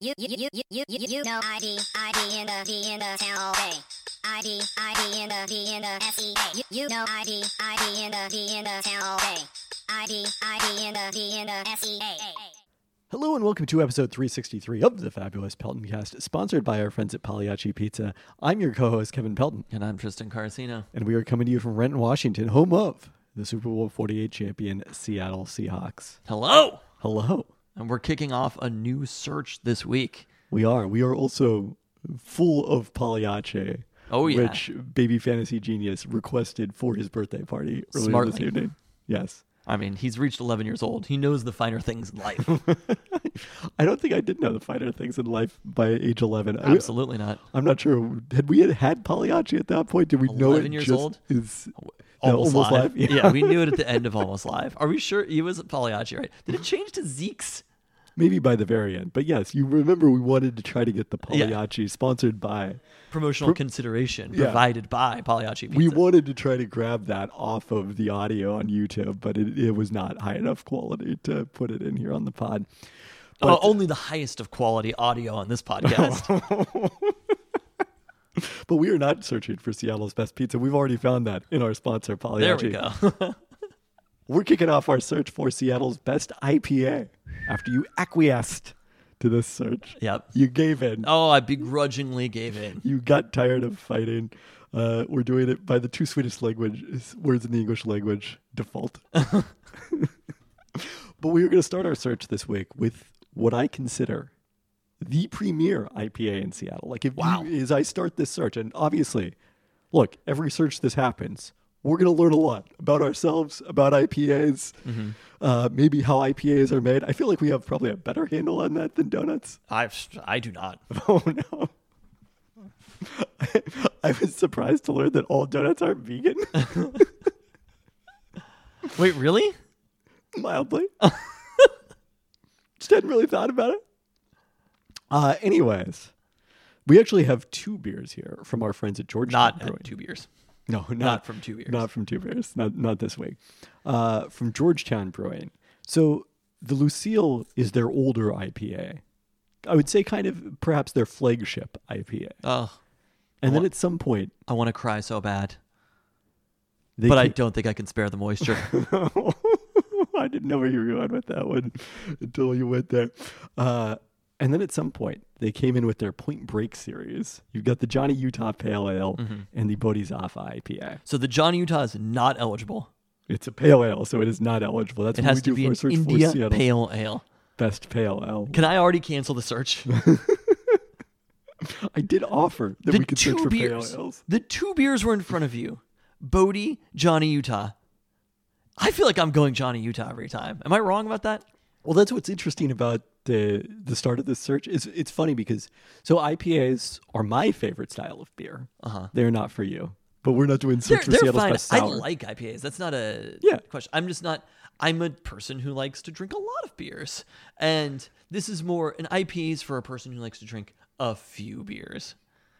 You you you you you you you know I be I be in the be in the town all day. I be I be in the be in the S E A. You you know I be I be in the be in the town all day. I be I be in the be in the S E A. Hello and welcome to episode 363 of the Fabulous Pelton Cast, sponsored by our friends at Pagliacci Pizza. I'm your co-host Kevin Pelton, And I'm Tristan Carcino. and we are coming to you from Renton, Washington, home of the Super Bowl 48 champion Seattle Seahawks. Hello! Hello. And we're kicking off a new search this week. We are. We are also full of Pagliacci. Oh, yeah. Which Baby Fantasy Genius requested for his birthday party earlier this Smartly. evening. Yes. I mean, he's reached 11 years old. He knows the finer things in life. I don't think I did know the finer things in life by age 11. I- Absolutely not. I'm not sure. Had we had, had Pagliacci at that point? Did we know it 11 years just old? Is, Almost, Almost live. Live, yeah. Yeah. we knew it at the end of Almost Live. Are we sure he was Pagliacci, right? Did it change to Zeke's? maybe by the very end. But yes, you remember we wanted to try to get the Yeah. Pagliacci sponsored by. Promotional consideration Yeah. provided by Pagliacci Pizza. We wanted to try to grab that off of the audio on YouTube, but it, it was not high enough quality to put it in here on the pod. Uh, only the highest of quality audio on this podcast. But we are not searching for Seattle's best pizza. We've already found that in our sponsor, Pagliacci. there we go. We're kicking off our search for Seattle's best IPA after you acquiesced to this search. Yep. You gave in. Oh, I begrudgingly gave in. you got tired of fighting. Uh, we're doing it by the two sweetest language words in the English language default. but we are going to start our search this week with what I consider the premier IPA in Seattle. Like, if wow. you, as I start this search, and obviously, look, every search this happens, we're going to learn a lot about ourselves, about IPAs, uh, maybe how IPAs are made. I feel like we have probably a better handle on that than donuts. I, I do not. Oh no. I, I was surprised to learn that all donuts aren't vegan. Wait, really? Mildly. Just hadn't really thought about it. Uh anyways. We actually have two beers here from our friends at Georgetown Not Brewing. at two beers. No, not, Not from Two Beers. Not from Two Beers. Not not this week. Uh, from Georgetown Brewing. So the Lucille is their older IPA. I would say kind of perhaps their flagship IPA. Oh, And then at some point I want to cry so bad, they but I ca- don't think I can spare the moisture. I didn't know where you were going with that one until you went there. Uh, and then at some point, they came in with their Point Break series. You've got the Johnny Utah Pale Ale Mm-hmm. and the Bodhisattva IPA. so the John Utah is not eligible. It's a pale ale, so it is not eligible. That's It what has we to do be for an a search India for Seattle's Pale Ale. best pale ale. Can I already cancel the search? I did offer that The we could search two for beers. pale ales. The two beers were in front of you. Bodie, Johnny Utah. I feel like I'm going Johnny Utah every time. Am I wrong about that? Well, that's what's interesting about the the start of this search is it's funny because so IPAs are my favorite style of beer. Uh-huh. They're not for you, but we're not doing They're, search for they're Seattle's fine. best I sour. like IPAs. That's not a Yeah. question. I'm just not. I'm a person who likes to drink a lot of beers, and this is more an IPA is for a person who likes to drink a few beers.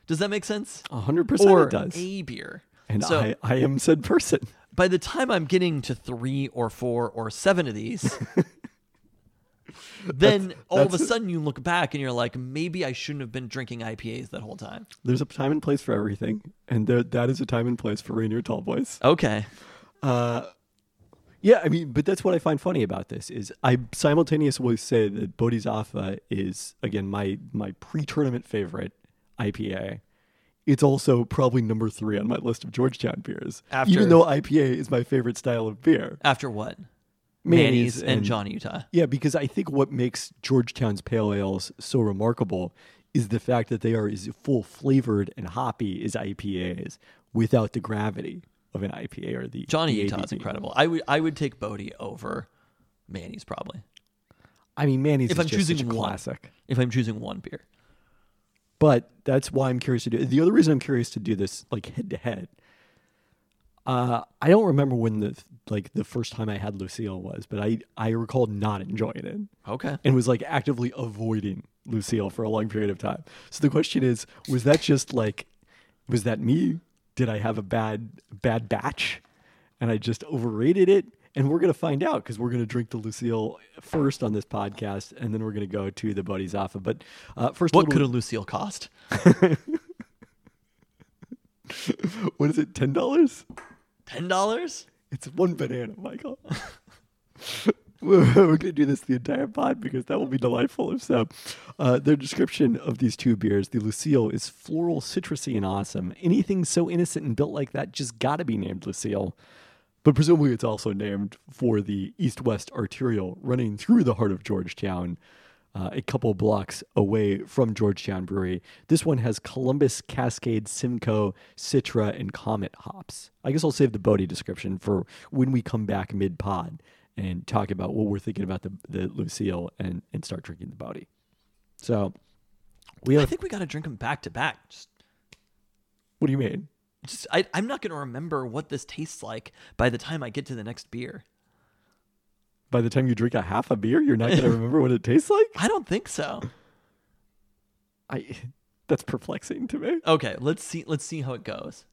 Does that make sense? A hundred percent Or it does. a beer. and so I, I am said person. by the time I'm getting to three or four or seven of these, then all of a sudden you look back and you're like, maybe I shouldn't have been drinking IPAs that whole time. There's a time and place for everything, and there, that is a time and place for Rainier Tallboys. Okay. Yeah, I mean, but that's what I find funny about this is I simultaneously say that Bodhisattva is again my my pre-tournament favorite IPA. It's also probably number three on my list of Georgetown beers, After- even though IPA is my favorite style of beer. After what? Manny's Manny's and, and- Johnny Utah. Yeah, because I think what makes Georgetown's pale ales so remarkable is the fact that they are as full flavored and hoppy as IPAs without the gravity of an IPA or the Johnny the Utah's ABV. incredible. I would I would take Bodie over Manny's probably. I mean, Manny's If is I'm just choosing such a one. classic. If I'm choosing one beer. But that's why I'm curious to do. The other reason I'm curious to do this, like head to head, uh, I don't remember when the like the first time I had Lucille was, but I I recall not enjoying it Okay. and was like actively avoiding Lucille for a long period of time. So the question is, was that just like, was that me? Did I have a bad bad batch, and I just overrated it? And we're going to find out because we're going to drink the Lucille first on this podcast, and then we're going to go to the Buddy's Alpha. But uh, first, What little- could a Lucille cost? what is it? Ten dollars? Ten dollars? It's one banana, Michael. We're going to do this the entire pod because that will be delightful. If so, uh, their description of these two beers, the Lucille, is floral, citrusy, and awesome. Anything so innocent and built like that just got to be named Lucille. But presumably, it's also named for the east west arterial running through the heart of Georgetown, uh, a couple blocks away from Georgetown Brewery. This one has Columbus, Cascade, Simcoe, Citra, and Comet hops. I guess I'll save the Bodie description for when we come back mid pod and talk about what we're thinking about the, the Lucille and, and start drinking the Bodie. So, we I have. think we got to drink them back to back. Just, What do you mean? just I, I'm not going to remember what this tastes like by the time I get to the next beer. By the time you drink a half a beer, you're not going to remember what it tastes like? I don't think so. I. That's perplexing to me. Okay, let's see. Let's see how it goes.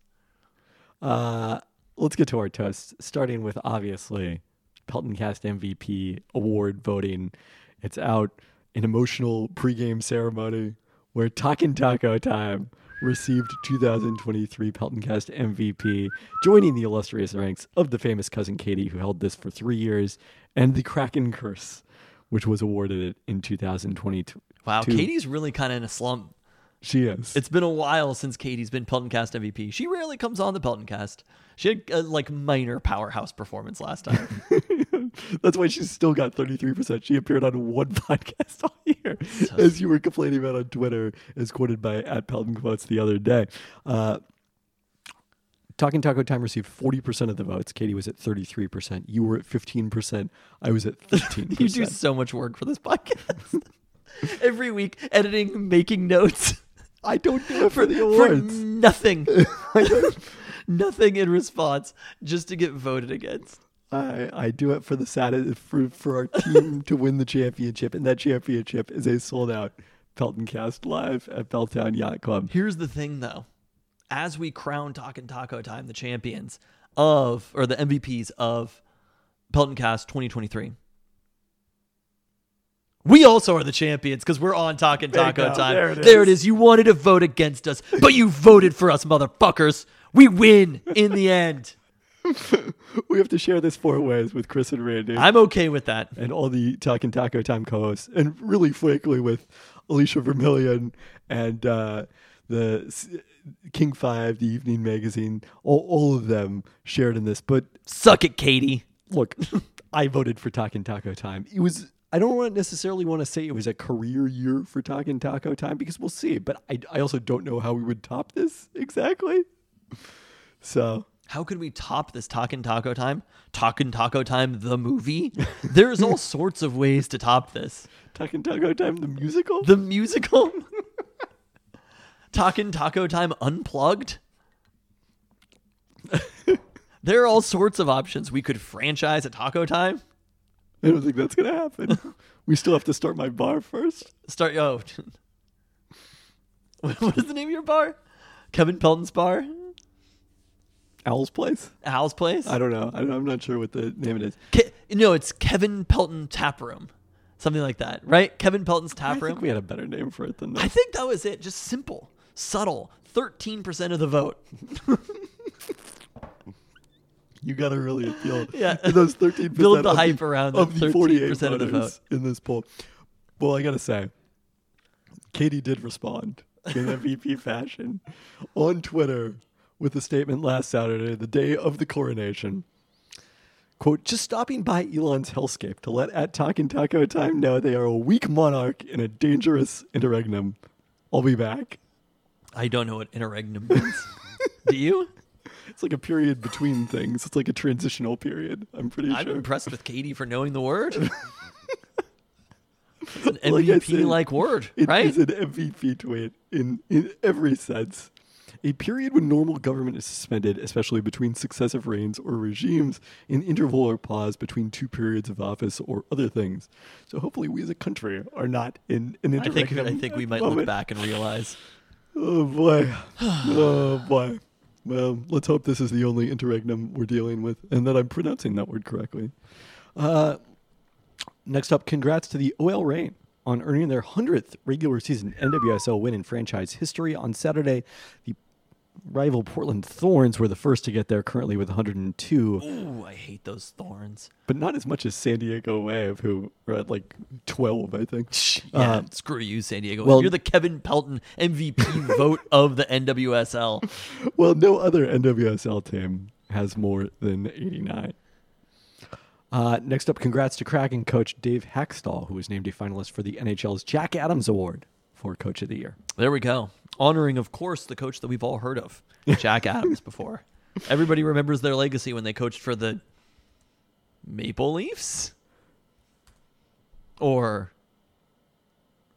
Uh, let's get to our toasts, starting with obviously Pelton Cast MVP award voting. It's out an emotional pregame ceremony where Talkin' Taco Time received 2023 Pelton Cast MVP, joining the illustrious ranks of the famous cousin Katie, who held this for three years, and the Kraken Curse, which was awarded it in 2022. Wow, Two. Katie's really kind of in a slump. She is. It's been a while since Katie's been Peltoncast MVP. She rarely comes on the Peltoncast. She had a like minor powerhouse performance last time. That's why she's still got 33%. She appeared on one podcast all year, as you were complaining about on Twitter, as quoted by at Pelton Quotes the other day. Uh, Talking Taco Time received 40% of the votes. Katie was at 33%. You were at 15%. I was at 13%. you do so much work for this podcast. Every week, editing, making notes I don't do it for the for awards. nothing, nothing in response, just to get voted against. I, I do it for the sati- for, for our team to win the championship, and that championship is a sold out Pelton Cast Live at Peltown Yacht Club. Here's the thing, though. As we crown Talkin' Taco Time the champions of, or the MVPs of Peltoncast 2023, we also are the champions because we're on Talkin' There you Taco go. Time. There it it is. You wanted to vote against us, but you voted for us, motherfuckers. We win in the end. We have to share this four ways with Chris and Randy. I'm okay with that. and all the Talking Taco Time co-hosts, and really frankly with Alicia Vermillion and uh, the S- King Five, the Evening Magazine, all, all of them shared in this. But Suck it, Katie. look, I voted for Talking Taco Time. It was I don't want necessarily want to say it was a career year for Talking Taco Time because we'll see. But I, I also don't know how we would top this exactly. So How could we top this Talkin' Taco Time? Talkin' Taco Time, the movie? There's all sorts of ways to top this. Talking Taco Time, the musical. The musical? Talkin' Taco Time Unplugged? there are all sorts of options. We could franchise a Taco Time. I don't think that's gonna happen. we still have to start my bar first. Start, oh. what what is the name of your bar? Kevin Pelton's Bar? Owl's place. Hal's Place? I don't know. I don't, I'm not sure what the name it is. Ke- no, it's Kevin Pelton Tap Room. Something like that, right? Kevin Pelton's Tap I Room. think we had a better name for it than I that. think that was it. Just simple, subtle. 13% of the vote. You got to really appeal Yeah. to those 13 Build the hype around the of the 48 13% of the voters in this poll. Well, I got to say, Katie did respond in MVP fashion on Twitter with a statement last Saturday, the day of the coronation. Quote, just stopping by Elon's hellscape to let at Talk and Taco Time know they are a weak monarch in a dangerous interregnum. I'll be back. I don't know what interregnum means. Do you? It's like a period between things. It's like a transitional period. I'm pretty I'm sure. impressed with Katie for knowing the word. It's an Like I MVP like said, word, It right? is an MVP tweet in, in every sense. A period when normal government is suspended, especially between successive reigns or regimes, an interval or pause between two periods of office or other things. So hopefully, we as a country are not in an I think interregnum. I think at we the might look moment. back and realize. Oh boy, oh boy. Well, let's hope this is the only interregnum we're dealing with and that I'm pronouncing that word correctly. Uh, next up, congrats to the OL Reign on earning their 100th regular season NWSL win in franchise history on Saturday. The rival Portland Thorns were the first to get there currently with 102, Ooh, I hate those thorns. but not as much as San Diego Wave, who are at like 12, I think. Uh, Yeah, screw you, San Diego. Uh-huh. well- You're the Kevin Pelton MVP vote of the NWSL. Well, no other NWSL team has more than 89. Uh, next up, congrats to Kraken coach Dave Hackstall, who was named a finalist for the NHL's Jack Adams Award for Coach of the Year. There we go. Honoring, of course, the coach that we've all heard of, Jack Adams, before. Everybody remembers their legacy when they coached for the Maple Leafs or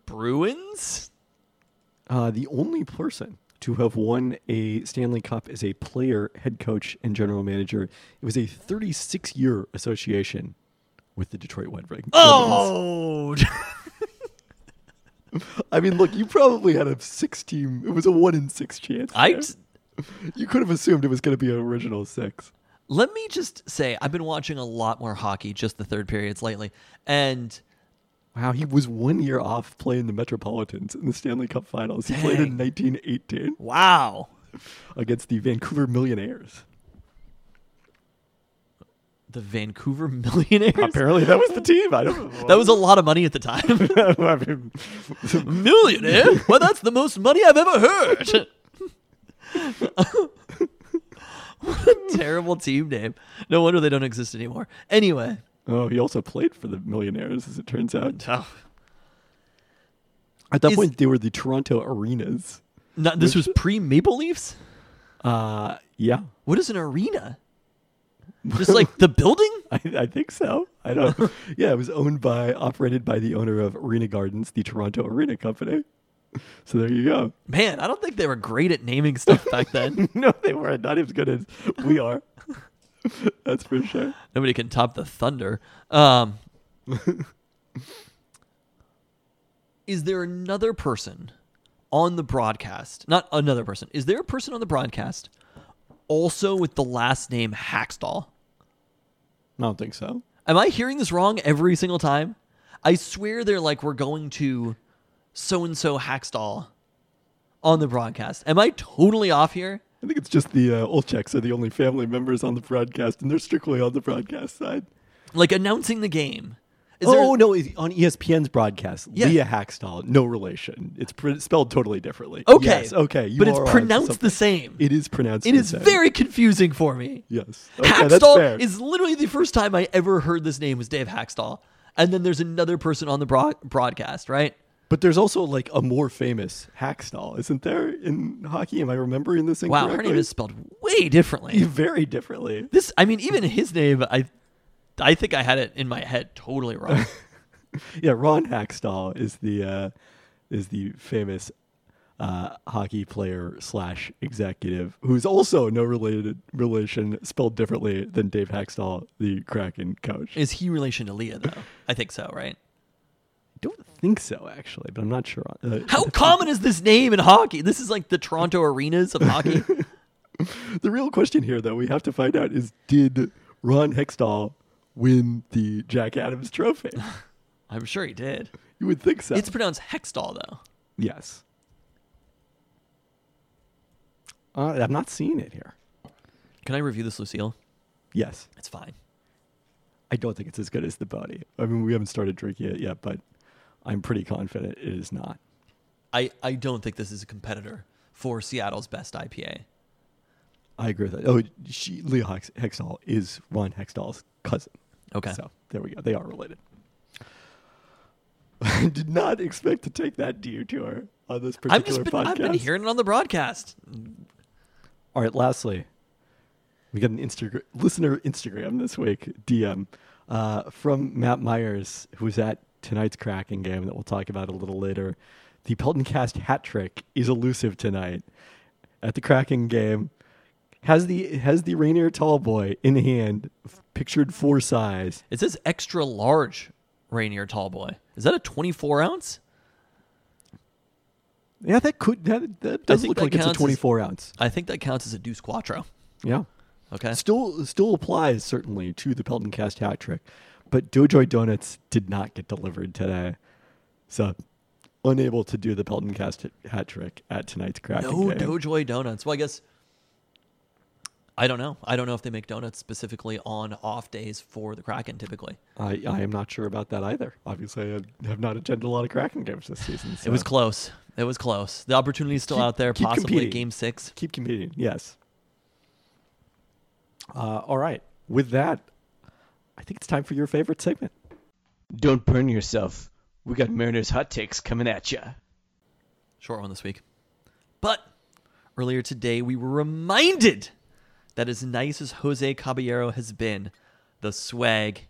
Bruins. Uh, the only person to have won a Stanley Cup as a player, head coach, and general manager. It was a 36 year association with the Detroit Red Wings. Oh, I mean, look, you probably had a six team, it was a one in six chance. I. there. you could have assumed it was going to be an original six. Let me just say, I've been watching a lot more hockey, just the third periods lately, and Wow, he was one year off playing the Metropolitans in the Stanley Cup Finals. He played in 1918 wow, against the Vancouver Millionaires. the Vancouver Millionaires. Apparently, that was the team. I don't. That was a lot of money at the time. I mean, Millionaire? Well, that's the most money I've ever heard. what a terrible team name. No wonder they don't exist anymore. Anyway. oh, he also played for the Millionaires, as it turns out. Oh. At that Is- point, they were the Toronto Arenas. Not, this was pre Maple Leafs? Uh, yeah, What is an arena? Just like the building? I, I think so. I don't. yeah, it was owned by, operated by the owner of Arena Gardens, the Toronto Arena Company. So there you go. Man, I don't think they were great at naming stuff back then. No, they were not as good as we are. That's for sure. Nobody can top the Thunder. Um, is there another person on the broadcast? Not another person. Is there a person on the broadcast also with the last name Hackstall? I don't think so. Am I hearing this wrong every single time? I swear they're like, we're going to so and so Hackstall on the broadcast. Am I totally off here? I think it's just the uh, Olcheks are the only family members on the broadcast, and they're strictly on the broadcast side. Like announcing the game. Is there- oh no, it's on ESPN's broadcast, Yeah. Leah Hackstall, no relation. It's pr- spelled totally differently. Okay. Yes, okay, you but it's are onto pronounced the something. same. It is pronounced. It the is same. very confusing for me. yes. Okay, that's fair. Hackstall is literally the first time I ever heard this name was Dave Hackstall. And then there's another person on the broad- broadcast, right? but there's also like a more famous Hackstall, isn't there? In hockey, am I remembering this Wow, incorrectly? her name is spelled way differently. very differently. This, I mean, even his name, I, I think I had it in my head totally wrong. Yeah, Ron Hackstall is the uh, is the famous uh, hockey player slash executive who's also no related relation spelled differently than Dave Hackstall, the Kraken coach. I is he relation to Leah though? I think so, right? don't think so, actually, but I'm not sure. Uh, How common is this name in hockey? This is like the Toronto arenas of hockey. the real question here, though, we have to find out is did Ron Hextall win the Jack Adams Trophy? I'm sure he did. You would think so. It's pronounced Hextall though. yes. Uh, I'm not seeing it here. Can I review this, Lucille? Yes. It's fine. I don't think it's as good as the Bodhi. I mean, we haven't started drinking it yet, but I'm pretty confident it is not. I, I don't think this is a competitor for Seattle's best IPA. I agree with that. Oh, she, Leah Hex- Hextall is Ron Hextall's cousin. Okay. So there we go. They are related. I did not expect to take that detour on this particular I've just been podcast. I've been hearing it on the broadcast. All right, lastly, we got an Instagram listener Instagram this week DM uh, from Matt Myers, who was at tonight's Kraken game that we'll talk about a little later. The Pelton Cast hat trick is elusive tonight at the Kraken game. Has the has the Rainier tall boy in hand, f- pictured for size. It says extra large Rainier Tall Boy. Is that a 24 ounce? Yeah, that could that, that does think look that like it's a counts as- 24 ounce. I think that counts as a Deuce Quattro. Yeah, Okay. still still applies certainly to the Pelton Cast hat trick, but Dojoy Donuts did not get delivered today, so unable to do the Pelton Cast hat trick at tonight's Kraken No game. Dojoy donuts. Well, I guess I don't know. I don't know if they make donuts specifically on off days for the Kraken typically. I, I am not sure about that either. Obviously, I have not attended a lot of Kraken games this season. It was so close. It was close. The opportunity is still Keep- out there, keep possibly competing. game six. keep competing. Yes. Uh, all right. With that, I think it's time for your favorite segment. Don't burn yourself. We got Mariners hot takes coming at ya. Short one this week. But earlier today, we were reminded that as nice as Jose Caballero has been, the swag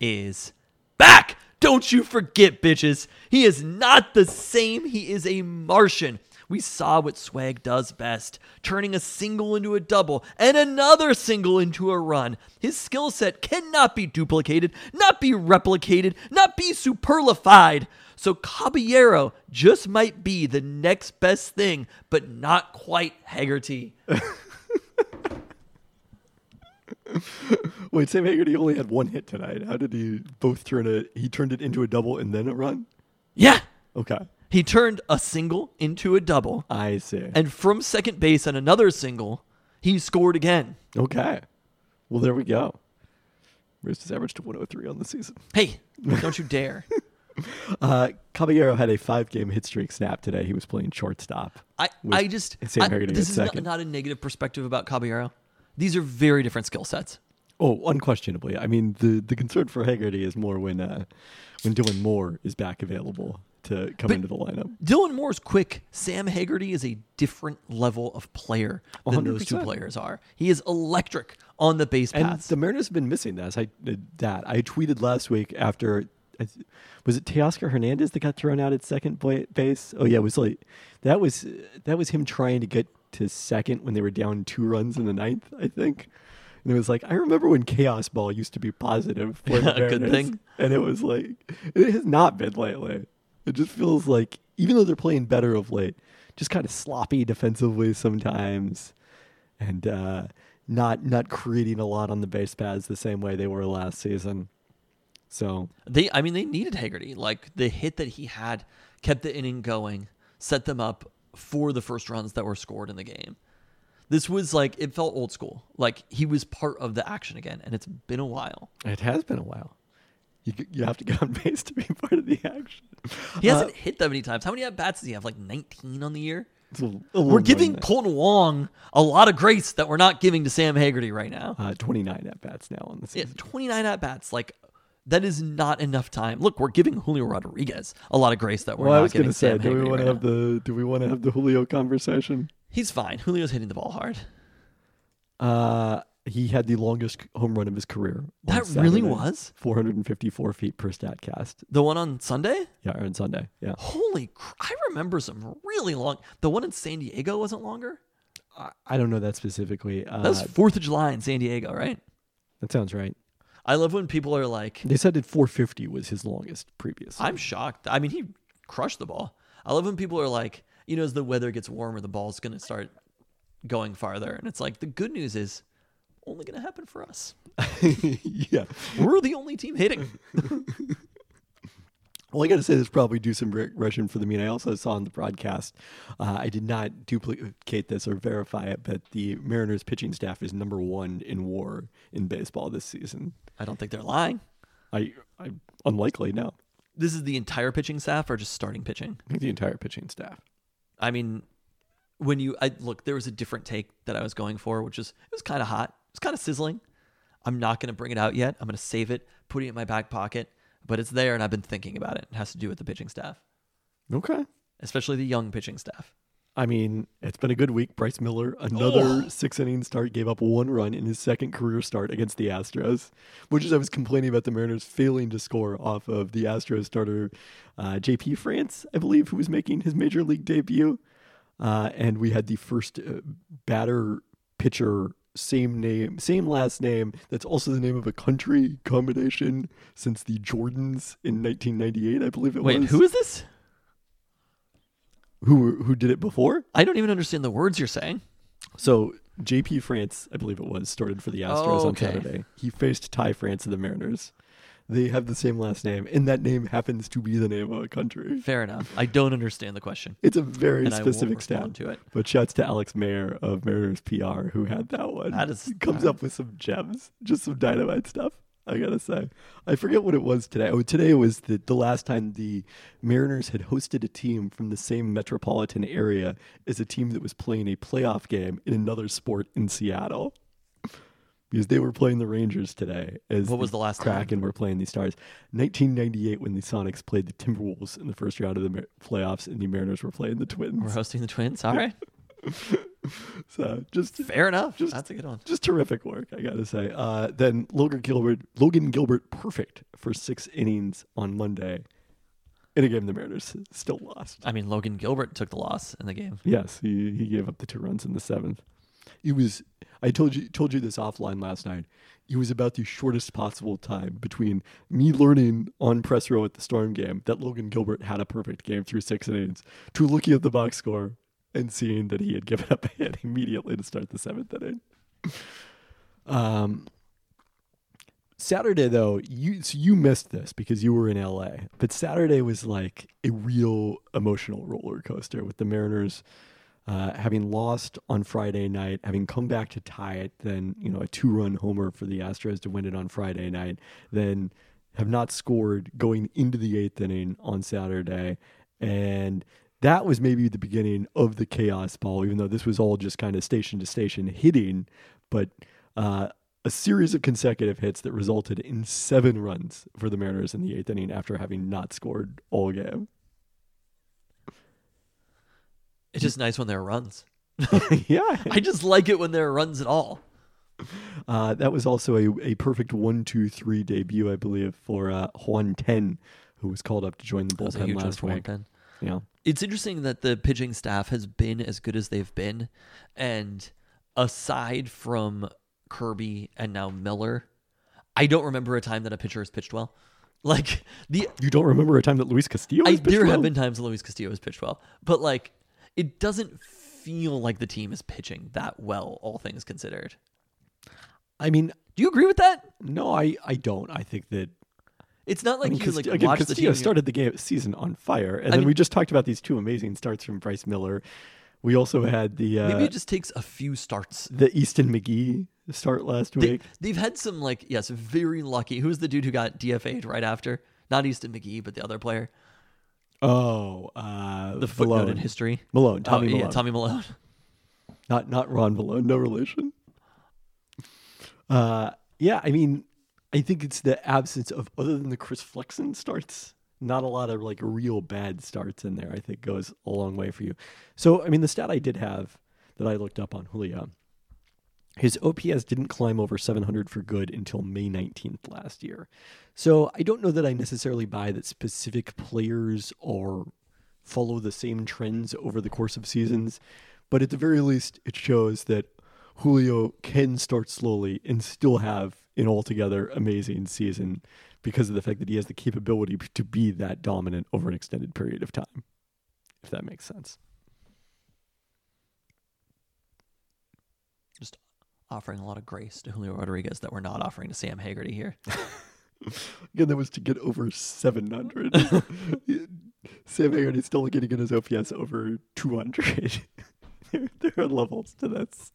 is back. Don't you forget, bitches. He is not the same. He is a Martian. We saw what swag does best turning a single into a double and another single into a run. His skill set cannot be duplicated, not be replicated, not be superlified. So Caballero just might be the next best thing, but not quite Haggerty. Wait, Sam Haggerty only had one hit tonight. How did he both turn it? He turned it into a double and then a run. Yeah. Okay, He turned a single into a double, I see. and from second base on another single, he scored again. okay, well there we go. Roosters averaged 103 on the season. Hey, don't you dare. Uh, Caballero had a five-game hit streak snap today. He was playing shortstop. I, with I just, Sam I- Haggerty this at is not, second. not a negative perspective about Caballero. These are very different skill sets. Oh, unquestionably. I mean, the, the concern for Haggerty is more when uh, when Dylan Moore is back available to come into the lineup. Dylan Moore's quick. Sam Haggerty is a different level of player than those two 100%. players are. He is electric on the base And paths. the Mariners have been missing that. I that I tweeted last week after I th- was it Teoscar Hernandez that got thrown out at second bla- base? Oh yeah, it was like that was that was him trying to get to second when they were down two runs in the ninth, I think. And it was like I remember when chaos ball used to be positive for the Good Mariners, thing. and it was like it has not been lately. It just feels like even though they're playing better of late, just kind of sloppy defensively sometimes and uh, not not creating a lot on the base pads the same way they were last season. So They, I mean, they needed Haggerty. Like the hit that he had kept the inning going, set them up for the first runs that were scored in the game. This was like it felt old school. Like he was part of the action again, and it's been a while. it has been a while. You g- you have to get on base to be part of the action. He Uh, hasn't hit that many times. How many at bats does he have? Like 19 on the year. It's a- a little more We're than giving that. Colton Wong a lot of grace that we're not giving to Sam Haggerty right now. uh, twenty nine at bats now on the Yeah, season. 29 at bats. Like that is not enough time. Look, we're giving Julio Rodriguez a lot of grace that we're Well, not I was giving gonna say, Sam do we Haggerty want to right now. have the do we want to have the Julio conversation? He's fine. Julio's hitting the ball hard. Uh, he had the longest c- home run of his career. on That really Saturday. was? 454 feet per Statcast. The one on Sunday? Yeah, or on Sunday. Yeah. Holy, cr- I remember some really long. The one in San Diego wasn't longer. I, I don't know that specifically. Uh, That was Fourth of July in San Diego, right? that sounds right. I love when people are like, They said that 450 was his longest previous. "I'm shocked." I mean, he crushed the ball. I love when people are like, you know, as the weather gets warmer, the ball's gonna start going farther, and it's like the good news is only gonna happen for us. yeah. We're the only team hitting. Well, I got to say, this probably do some re- Russian for the mean. I also saw on the broadcast, uh, I did not duplicate this or verify it, but the Mariners pitching staff is number one in war in baseball this season. I don't think they're lying. I, I unlikely, no. This is the entire pitching staff, or just starting pitching. I think the entire pitching staff. I mean, when you I look, there was a different take that I was going for, which is it was kind of hot. It was kind of sizzling. I'm not going to bring it out yet. I'm going to save it, put it in my back pocket, but it's there and I've been thinking about it. It has to do with the pitching staff, Okay. especially the young pitching staff. I mean, it's been a good week. Bryce Miller, another six inning start, gave up one run in his second career start against the Astros, which is I was complaining about the Mariners failing to score off of the Astros starter uh, JP France, I believe, who was making his major league debut, uh, and we had the first uh, batter pitcher same name, same last name. That's also the name of a country combination since the Jordans in 1998, I believe it Wait, was. who is this? who who did it before. I don't even understand the words you're saying. So JP France, I believe it was, started for the Astros Oh, on okay. Saturday. He faced Ty France of the Mariners. They have the same last name, and that name happens to be the name of a country. Fair enough. I don't understand the question. It's a very And I won't specific respond stat. to it. But shouts to Alex Mayer of Mariners PR who had that one. That is- He comes up with some gems, just some dynamite stuff. I gotta say, I forget what it was today. Oh, today was the, the last time the Mariners had hosted a team from the same metropolitan area as a team that was playing a playoff game in another sport in Seattle. Because they were playing the Rangers today. As What was the last time? Kraken were playing the Stars. 1998 when the Sonics played the Timberwolves in the first round of the Mar- playoffs, and the Mariners were playing the Twins. We're hosting the twins. All right. So just Fair enough. Just- That's a good one. just terrific work, I gotta say. Uh, then Logan Gilbert, Logan Gilbert, perfect for six innings on Monday in a game the Mariners still lost. I mean, Logan Gilbert took the loss in the game. Yes, he, he gave up the two runs in the seventh. It was I told you told you this offline last night. It was about the shortest possible time between me learning on press row at the Storm game that Logan Gilbert had a perfect game through six innings to looking at the box score and seeing that he had given up a hit immediately to start the seventh inning. Um, Saturday though, you so you missed this because you were in LA, but Saturday was like a real emotional roller coaster with the Mariners uh, having lost on Friday night, having come back to tie it, then you know a two-run homer for the Astros to win it on Friday night, then have not scored going into the eighth inning on Saturday, and that was maybe the beginning of the chaos ball. Even though this was all just kind of station to station hitting, but uh, a series of consecutive hits that resulted in seven runs for the Mariners in the eighth inning after having not scored all game. It's just nice when there are runs. yeah, I just like it when there are runs at all. Uh, that was also a, a perfect one, two, three debut, I believe, for uh, Juan Ten, who was called up to join the That was a huge bullpen one last for one week. pen. Yeah. It's interesting that the pitching staff has been as good as they've been, and aside from Kirby and now Miller, I don't remember a time that a pitcher has pitched well. Like the You don't remember a time that Luis Castillo? I, was pitched there well? have been times Luis Castillo has pitched well, but like it doesn't feel like the team is pitching that well, all things considered. I mean, Do you agree with that? no, I, I don't. I think that It's not I like mean, you Cast- like again, watch the team. Castillo and you're- started the game season on fire, and then mean- we just talked about these two amazing starts from Bryce Miller. We also had the uh, Maybe it just takes a few starts. the Easton McGee start last They, week. they've had some like yes, very lucky. Who's the dude who got DFA'd right after? Not Easton McGee, but the other player. Oh, uh, The footnote Malone. in history. Malone, Tommy oh, Malone. Yeah, Tommy Malone. not not Ron Malone, no relation. Uh, yeah, I mean, I think it's the absence of other than the Chris Flexen starts. Not a lot of like real bad starts in there. I think goes a long way for you. So I mean, the stat I did have that I looked up on Julio, his OPS didn't climb over 700 for good until May 19th last year. So I don't know that I necessarily buy that specific players are follow the same trends over the course of seasons, but at the very least, it shows that Julio can start slowly and still have an altogether amazing season because of the fact that he has the capability to be that dominant over an extended period of time, if that makes sense. Just offering a lot of grace to Julio Rodriguez that we're not offering to Sam Hagerty here. Again, that was to get over 700. Sam Aaron is still getting in his OPS over 200. there, there are levels to this.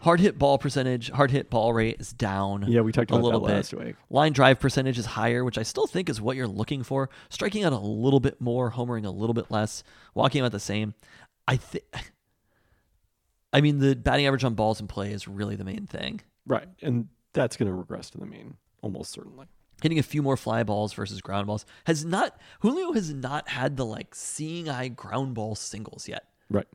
Hard hit ball percentage, hard hit ball rate is down. Yeah, we talked a about little that bit. last week. Line drive percentage is higher, which I still think is what you're looking for. Striking out a little bit more, homering a little bit less, walking out the same. I think. I mean, the batting average on balls in play is really the main thing. Right. And that's going to regress to the mean, almost certainly. hitting a few more fly balls versus ground balls has not Julio has not had the like seeing eye ground ball singles yet, Right.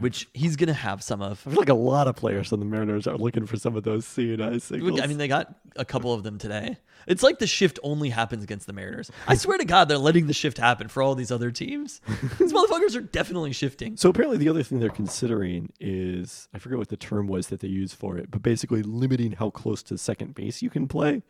which he's gonna have some of. I feel like a lot of players on the Mariners are looking for some of those CNI signals. I mean, they got a couple of them today. It's like the shift only happens against the Mariners. I swear to God, they're letting the shift happen for all these other teams. These motherfuckers are definitely shifting. so apparently, the other thing they're considering is I forget what the term was that they used for it, but basically limiting how close to second base you can play,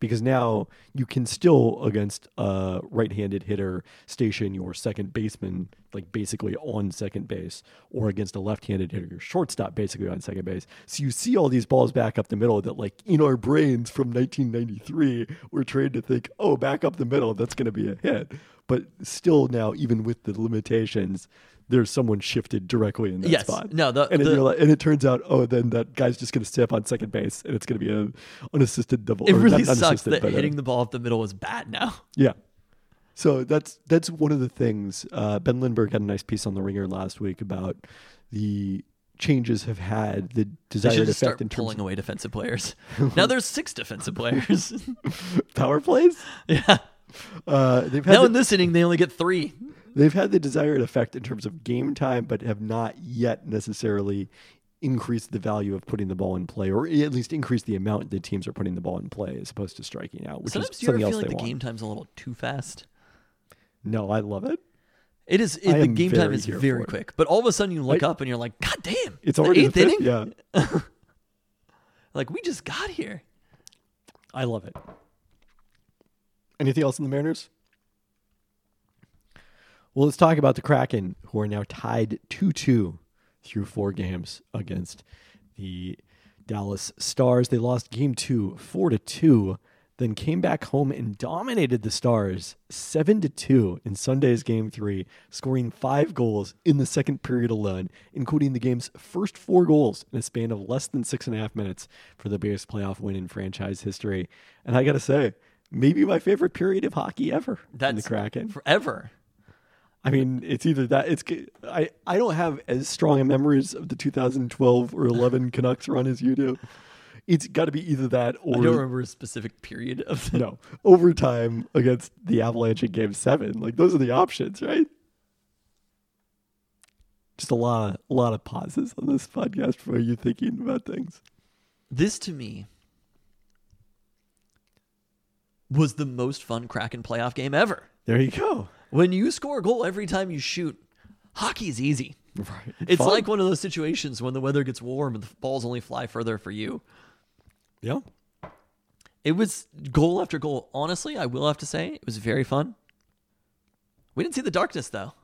because now you can still against a right-handed hitter station your second baseman like basically on second base or against a left-handed hitter, your shortstop basically on second base. So you see all these balls back up the middle that like in our brains from 1993, we're trained to think, oh, back up the middle, that's going to be a hit. But still now, even with the limitations, there's someone shifted directly in that Yes. spot. No, the- and then the- you're like, and it turns out, oh, then that guy's just going to step on second base, and it's going to be a unassisted double. It or really not sucks unassisted, that but, uh, hitting the ball up the middle is bad now. yeah. So that's that's one of the things. Uh, ben Lindbergh had a nice piece on the Ringer last week about the changes have had the They should desired just effect start in terms pulling away defensive players. now there's six defensive players. of power plays. yeah. Uh, they've had Now the, in this inning they only get three. they've had the desired effect in terms of game time, but have not yet necessarily increased the value of putting the ball in play, or at least increased the amount that teams are putting the ball in play as opposed to striking out, which Sometimes is you ever something feel else they like the want. game time's a little too fast. No, I love it. It is I it, the am game time very is here for very it. quick, but all of a sudden you look up and you're like, God damn! It's the already eighth the fifth- inning. Yeah, Like we just got here. I love it. Anything else in the Mariners? Well, let's talk about the Kraken, who are now tied 2 2 through four games against the Dallas Stars. They lost game two, 4 to 2, then came back home and dominated the Stars 7 to 2 in Sunday's game three, scoring five goals in the second period alone, including the game's first four goals in a span of less than six and a half minutes for the biggest playoff win in franchise history. And I got to say, maybe my favorite period of hockey ever. from That's the Kraken. forever. I mean, it's either that it's I I don't have as strong a memories of the 2012 or 11 Canucks run as you do. It's got to be either that I don't or remember a specific period of the no overtime against the Avalanche in Game Seven. Like those are the options, right? Just a lot, a lot of pauses on this podcast for you thinking about things. This to me was the most fun Kraken playoff game ever. There you go. When you score a goal every time you shoot, hockey is easy. Right. It's Fun. like one of those situations when the weather gets warm and the balls only fly further for you. yeah, It was goal after goal. Honestly, I will have to say it was very fun. We didn't see the darkness though,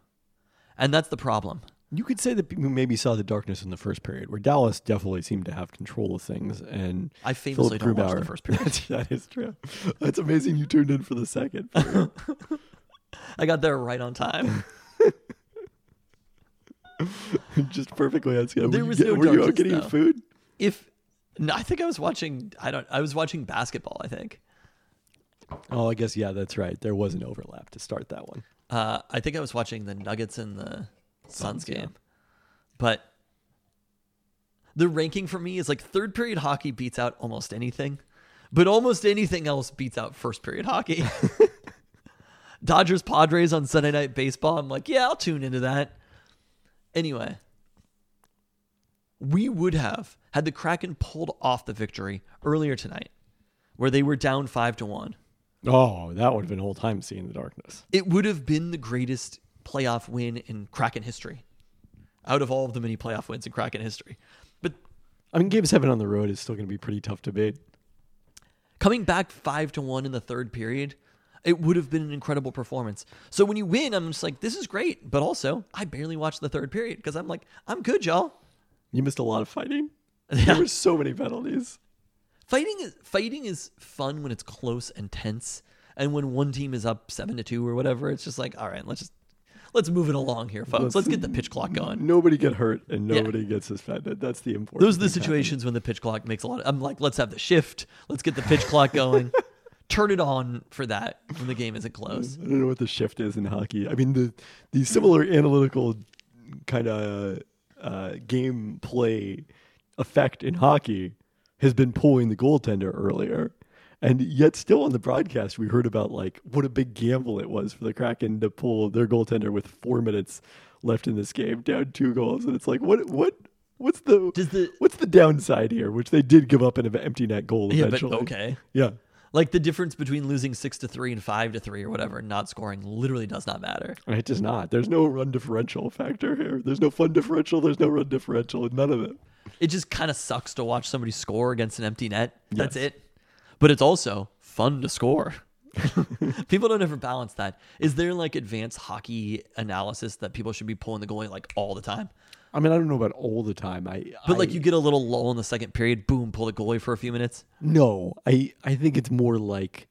and that's the problem. You could say that people maybe saw the darkness in the first period, where Dallas definitely semed to have control of things. And I famously Philip don't watch the Grubauer- first period. that is true. That's amazing. You tuned in for the second. period. I got there right on time. Just perfectly on schedule. There were you, was get- no were you out darkness, getting though. food? If no, I think I was watching. I don't. I was watching basketball. I think. Oh, I guess yeah, that's right. There was an overlap to start that one. Uh, I think I was watching the Nuggets and the Suns game, but the ranking for me is like third period hockey beats out almost anything, but almost anything else beats out first period hockey. Dodgers Padres on Sunday Night Baseball. I'm like, yeah, I'll tune into that. Anyway, we would have had the Kraken pulled off the victory earlier tonight, where they were down five to one Oh, that would have been a whole time seeing the darkness. it would have been the greatest playoff win in Kraken history, out of all of the many playoff wins in Kraken history. But I mean, game seven on the road is still going to be pretty tough to beat. coming back five to one in the third period, it would have been an incredible performance. So when you win, I'm just like, this is great. But also, I barely watched the third period because I'm like, I'm good, y'all. You missed a lot of fighting. There were so many penalties. Fighting is fighting is fun when it's close and tense, and when one team is up seven to two or whatever. It's just like, all right, let's just let's move it along here, folks. Let's get the pitch clock going. Nobody get hurt and nobody gets suspended. That's the important. Those are the thing. situations when the pitch clock makes a lot. I'm like, let's have the shift. Let's get the pitch clock going. Turn it on for that when the game isn't close. I don't know what the shift is in hockey. I mean, the the similar analytical kind of uh, game play effect in hockey has been pulling the goaltender earlier, and yet still on the broadcast we heard about like what a big gamble it was for the Kraken to pull their goaltender with four minutes left in this game, down two goals, and it's like what what. What's the, Does the- what's the downside here? Which they did give up an empty net goal Yeah, but eventually. okay. Yeah. Like the difference between losing six to three and five to three or whatever, and not scoring literally does not matter. It does not. There's no run differential factor here. There's no fun differential. There's no run differential. None of it. It just kind of sucks to watch somebody score against an empty net. That's it. But it's also fun to score. people don't ever balance that. Is there like advanced hockey analysis that people should be pulling the goalie like all the time? I mean, I don't know about all the time. I But like I- you get a little lull in the second period, boom, pull the goalie for a few minutes. No, I I think it's more like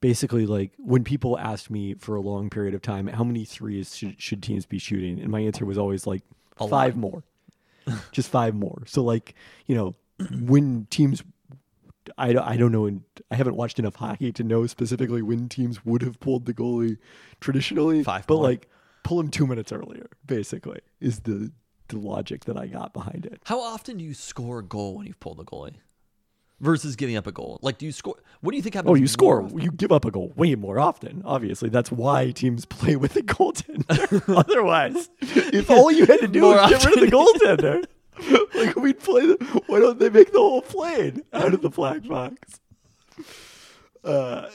basically like when people asked me for a long period of time how many threes should, should teams be shooting and my answer was always like A five more. Just five more. So like, you know, when teams I, don't- I don't know and I haven't watched enough hockey to know specifically when teams would have pulled the goalie traditionally Five but more. like pull him 2 minutes earlier basically is the the logic that I got behind it. How often do you score a goal when you've pulled the goalie? Versus giving up a goal. Like do you score what do you think happens? Oh, you more score. often? You give up a goal way more often. Obviously, that's why teams play with a goaltender. Otherwise, if all you had to do More was get rid of the goaltender, like we'd play. The, why don't they make the whole plane out of the black box? Uh,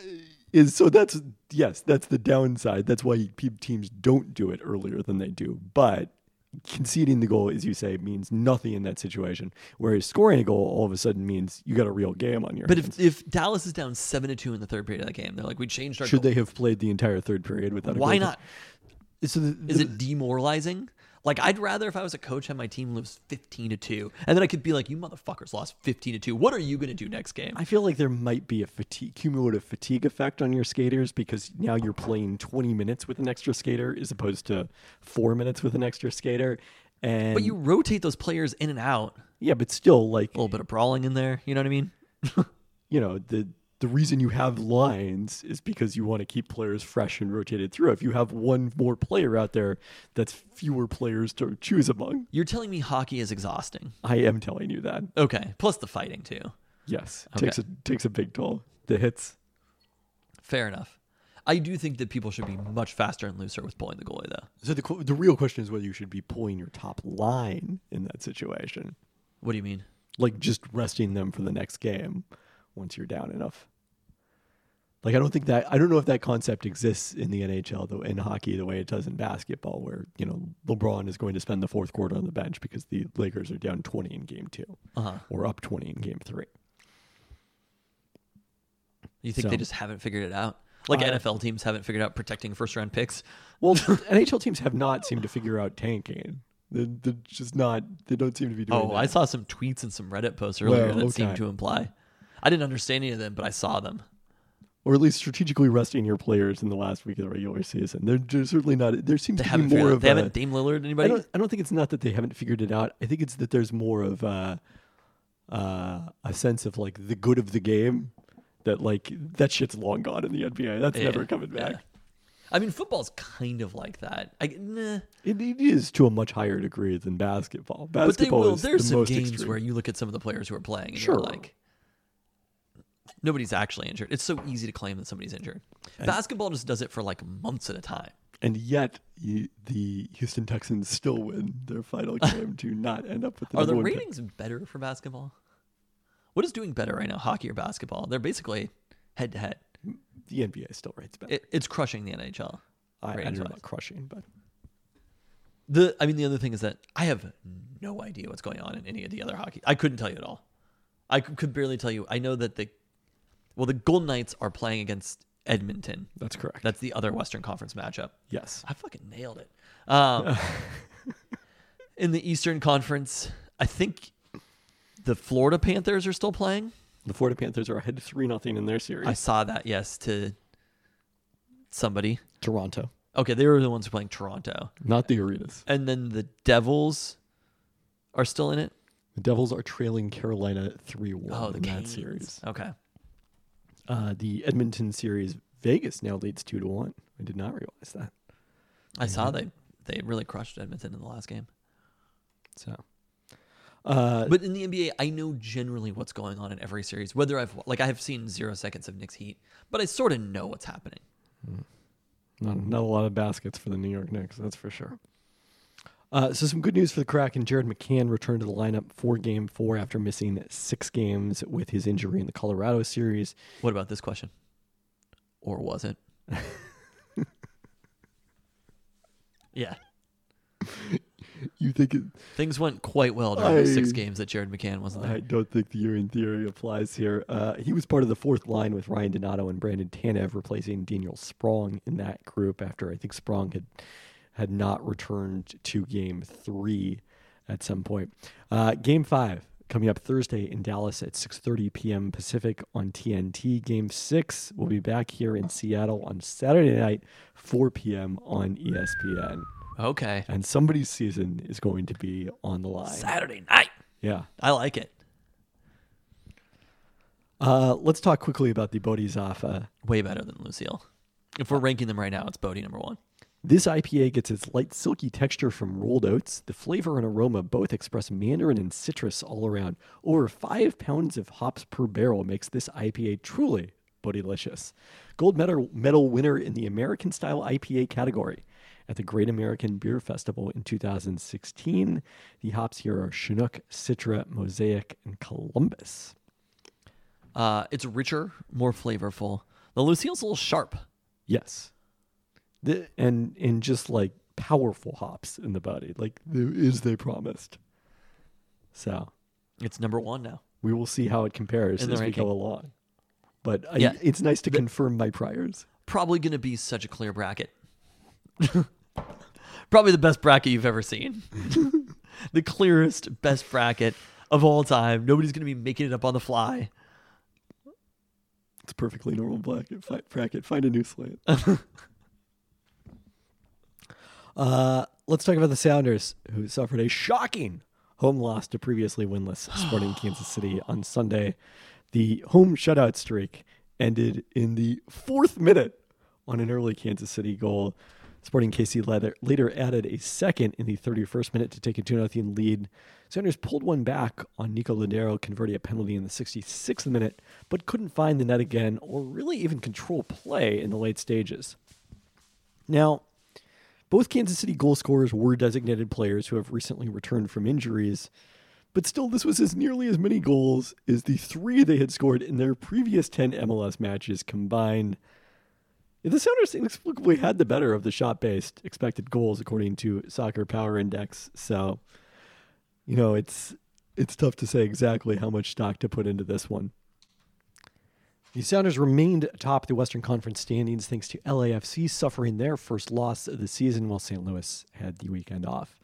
is so that's yes, that's the downside. That's why pe- teams don't do it earlier than they do. But conceding the goal, as you say, means nothing in that situation. Whereas scoring a goal all of a sudden means you got a real game on your. But hands. if, if Dallas is down seven to two in the third period of the game, they're like, we changed our Should goal. they have played the entire third period without? A Why goalkeeper? not? So the, Is it demoralizing? Like I'd rather if I was a coach have my team lose fifteen to two, and then I could be like, "You motherfuckers lost fifteen to two. What are you gonna do next game?" I feel like there might be a fatigue, cumulative fatigue effect on your skaters because now you're playing 20 minutes with an extra skater as opposed to four minutes with an extra skater. And But you rotate those players in and out. A yeah, but still, like little bit of brawling in there. You know what I mean? you know the the reason you have lines is because you want to keep players fresh and rotated through. If you have one more player out there, that's fewer players to choose among. You're telling me hockey is exhausting. I am telling you that. Okay, plus the fighting too. Yes, Okay. takes a takes a big toll. The hits. Fair enough. I do think that people should be much faster and looser with pulling the goalie, though. So the qu- the real question is whether you should be pulling your top line in that situation, What do you mean? like just resting them for the next game once you're down enough. Like I don't think that I don't know if that concept exists in the NHL though in hockey the way it does in basketball where you know LeBron is going to spend the fourth quarter on the bench because the Lakers are down 20 in game 2 Uh-huh. or up 20 in game 3. You think So- they just haven't figured it out? Like Uh, NFL teams haven't figured out protecting first round picks. Well, NHL teams have not seemed to figure out tanking. They're, they're just not they don't seem to be doing Oh, that. I saw some tweets and some Reddit posts earlier Well, that seemed okay. to imply. I didn't understand any of them, but I saw them. or at least strategically resting your players in the last week of the regular season. They're, they're certainly not. There seems They to be haven't figured more out. of They a. haven't Dame Lillard I anybody. don't. I don't think it's not that they haven't figured it out. I think it's that there's more of a, uh, a sense of like the good of the game, that like that shit's long gone in the NBA. That's Yeah, never coming yeah. back. I mean, football's kind of like that. I, nah. It, it is to a much higher degree than basketball. But they Basketball will. is There's the some most games extreme. where you look at some of the players who are playing and Sure. you're like, nobody's actually injured. It's so easy to claim that somebody's injured. Basketball just does it for like months at a time. and yet you, the Houston Texans still win their final game to not end up with the Are number the one pick. ratings better for basketball? What is doing better right now, hockey or basketball? They're basically head to head. The NBA still rates better. It- It's crushing the NHL. I, I don't know ratings-wise. about crushing, but The I mean, the other thing is that I have no idea what's going on in any of the other hockey. I couldn't tell you at all. I c- could barely tell you. I know that the well, the Golden Knights are playing against Edmonton. that's correct. That's the other Western Conference matchup. Yes. I fucking nailed it. Um, in the Eastern Conference, I think the Florida Panthers are still playing. The Florida Panthers are ahead 3 nothing in their series. I saw that. Yes, to somebody. Toronto, Okay, they were the ones playing Toronto, not the Arenas. and then the Devils are still in it. The Devils are trailing Carolina 3 1 Oh, the in that Canes. series. Okay. Uh, the Edmonton series, Vegas now leads 2 to 1. I did not realize that. I saw they they really crushed Edmonton in the last game. So. Uh, But in the NBA, I know generally what's going on in every series. Whether I've like I have seen zero seconds of Knicks Heat, but I sort of know what's happening. not, not a lot of baskets for the New York Knicks, that's for sure. Uh, so some good news for the Kraken. Jared McCann returned to the lineup for Game Four after missing six games with his injury in the Colorado series. What about this question? Or was it? yeah. You think it, Things went quite well during the six I- games that Jared McCann wasn't there. I don't think the year in theory applies here. Uh, he was part of the fourth line with Ryan Donato and Brandon Tanev replacing Daniel Sprong in that group after I think Sprong had had not returned to game three at some point. Uh, game five coming up Thursday in Dallas at 6:30 p.m. Pacific on TNT. Game six will be back here in Seattle on Saturday night, 4 p.m. on E ESPN. okay. And somebody's season is going to be on the line. Saturday night. Yeah. I like it. Uh, let's talk quickly about the Bodhisattva. Way better than Lucille. If we're ranking them right now, it's Bodie number one. This IPA gets its light, silky texture from rolled oats. The flavor and aroma both express mandarin and citrus all around. Over five pounds of hops per barrel makes this IPA truly bodylicious. Gold medal, medal winner in the American style IPA category at the Great American Beer Festival in 2016. The hops here are Chinook, Citra, Mosaic, and Columbus. Uh, it's richer, more flavorful. The Lucille's a little sharp. Yes. The, and and just like powerful hops in the body, like there is they promised. So It's number one now. we will see how it compares In as the we go ranking. along. But I, Yeah. it's nice to confirm my priors. Probably going to be such a clear bracket. Probably the best bracket you've ever seen. the clearest, best bracket of all time. Nobody's going to be making it up on the fly. It's a perfectly normal bracket. Fi- bracket. Find a new slant. uh, let's talk about the Sounders, who suffered a shocking home loss to previously winless Sporting Kansas City on Sunday. The home shutout streak ended in the fourth minute on an early Kansas City goal. Sporting KC leather- later added a second in the 31st minute to take a 2 0 lead. Sounders pulled one back on Nico Lindero, converting a penalty in the 66th minute, but couldn't find the net again or really even control play in the late stages. Now, both Kansas City goal scorers were designated players who have recently returned from injuries, but still, this was as nearly as many goals as the three they had scored in their previous 10 MLS matches combined. The Sounders inexplicably had the better of the shot based expected goals, according to Soccer Power Index. So, you know, it's it's tough to say exactly how much stock to put into this one. The Sounders remained atop the Western Conference standings thanks to LAFC suffering their first loss of the season while St. Louis had the weekend off.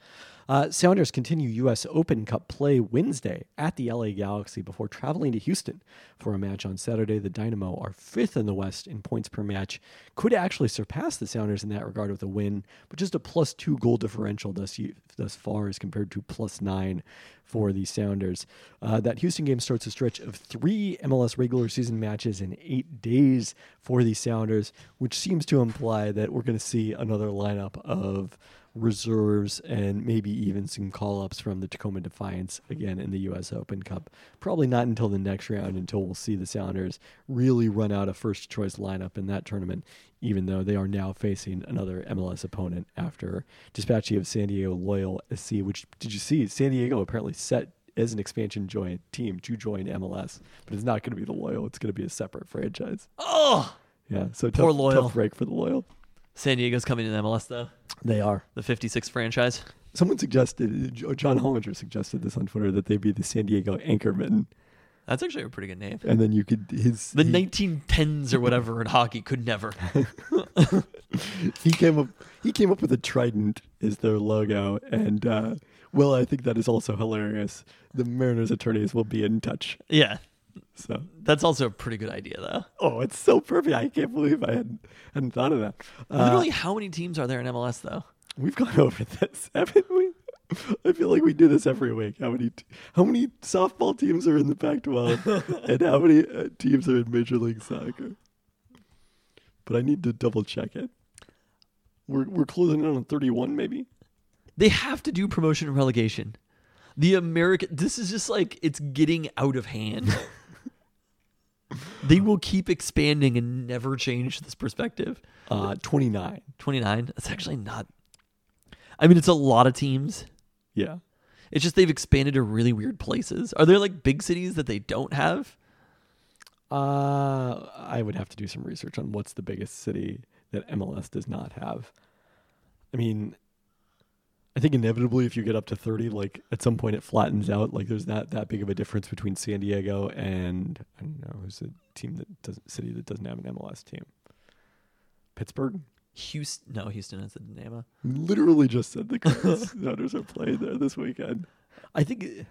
Uh, Sounders continue U.S. Open Cup play Wednesday at the LA Galaxy before traveling to Houston for a match on Saturday. The Dynamo are fifth in the West in points per match, could actually surpass the Sounders in that regard with a win, but just a plus two goal differential thus, thus far as compared to plus nine for the Sounders. Uh, that Houston game starts a stretch of three MLS regular season matches in eight days for the Sounders, which seems to imply that we're going to see another lineup of reserves and maybe even some call ups from the Tacoma Defiance again in the U.S. Open Cup. Probably not until the next round until we'll see the Sounders really run out a first choice lineup in that tournament, even though they are now facing another MLS opponent after Dispatchy of San Diego Loyal SC, which did you see? San Diego apparently set as an expansion joint team to join MLS, but it's not going to be the Loyal. It's going to be a separate franchise. Oh! Yeah, so tough, Poor Loyal. tough break for the Loyal. San Diego's coming to the MLS, though. They are. The 56 franchise. Someone suggested, Jo- John Hollinger suggested this on Twitter that they be the San Diego Anchormen, That's actually a pretty good name. and then you could his The he, 1910s or whatever in hockey could never. he came up he came up with a trident as their logo, and uh, well, I think that is also hilarious. The Mariners attorneys will be in touch. Yeah. So, That's also a pretty good idea, though. oh, it's so perfect! I can't believe I hadn't, hadn't thought of that. Uh, Literally, how many teams are there in MLS, though? we've gone over this, haven't we? I feel like we do this every week. How many t- how many softball teams are in the Pac-12, and how many uh, teams are in Major League Soccer? But I need to double check it. We're we're closing in on 31, maybe. They have to do promotion and relegation. The American, this is just like it's getting out of hand. they will keep expanding and never change this perspective. Uh, 29. 29, that's actually not. I mean, it's a lot of teams. Yeah. It's just they've expanded to really weird places. Are there like big cities that they don't have? Uh, I would have to do some research on what's the biggest city that MLS does not have. I mean, I think inevitably, if you get up to thirty, like at some point it flattens out. Like there's not that big of a difference between San Diego and I don't know who's a team that does city that doesn't have an MLS team. Pittsburgh. Houston. No, Houston is the name. Literally just said the Cardinals Sounders are playing there this weekend. I think. it-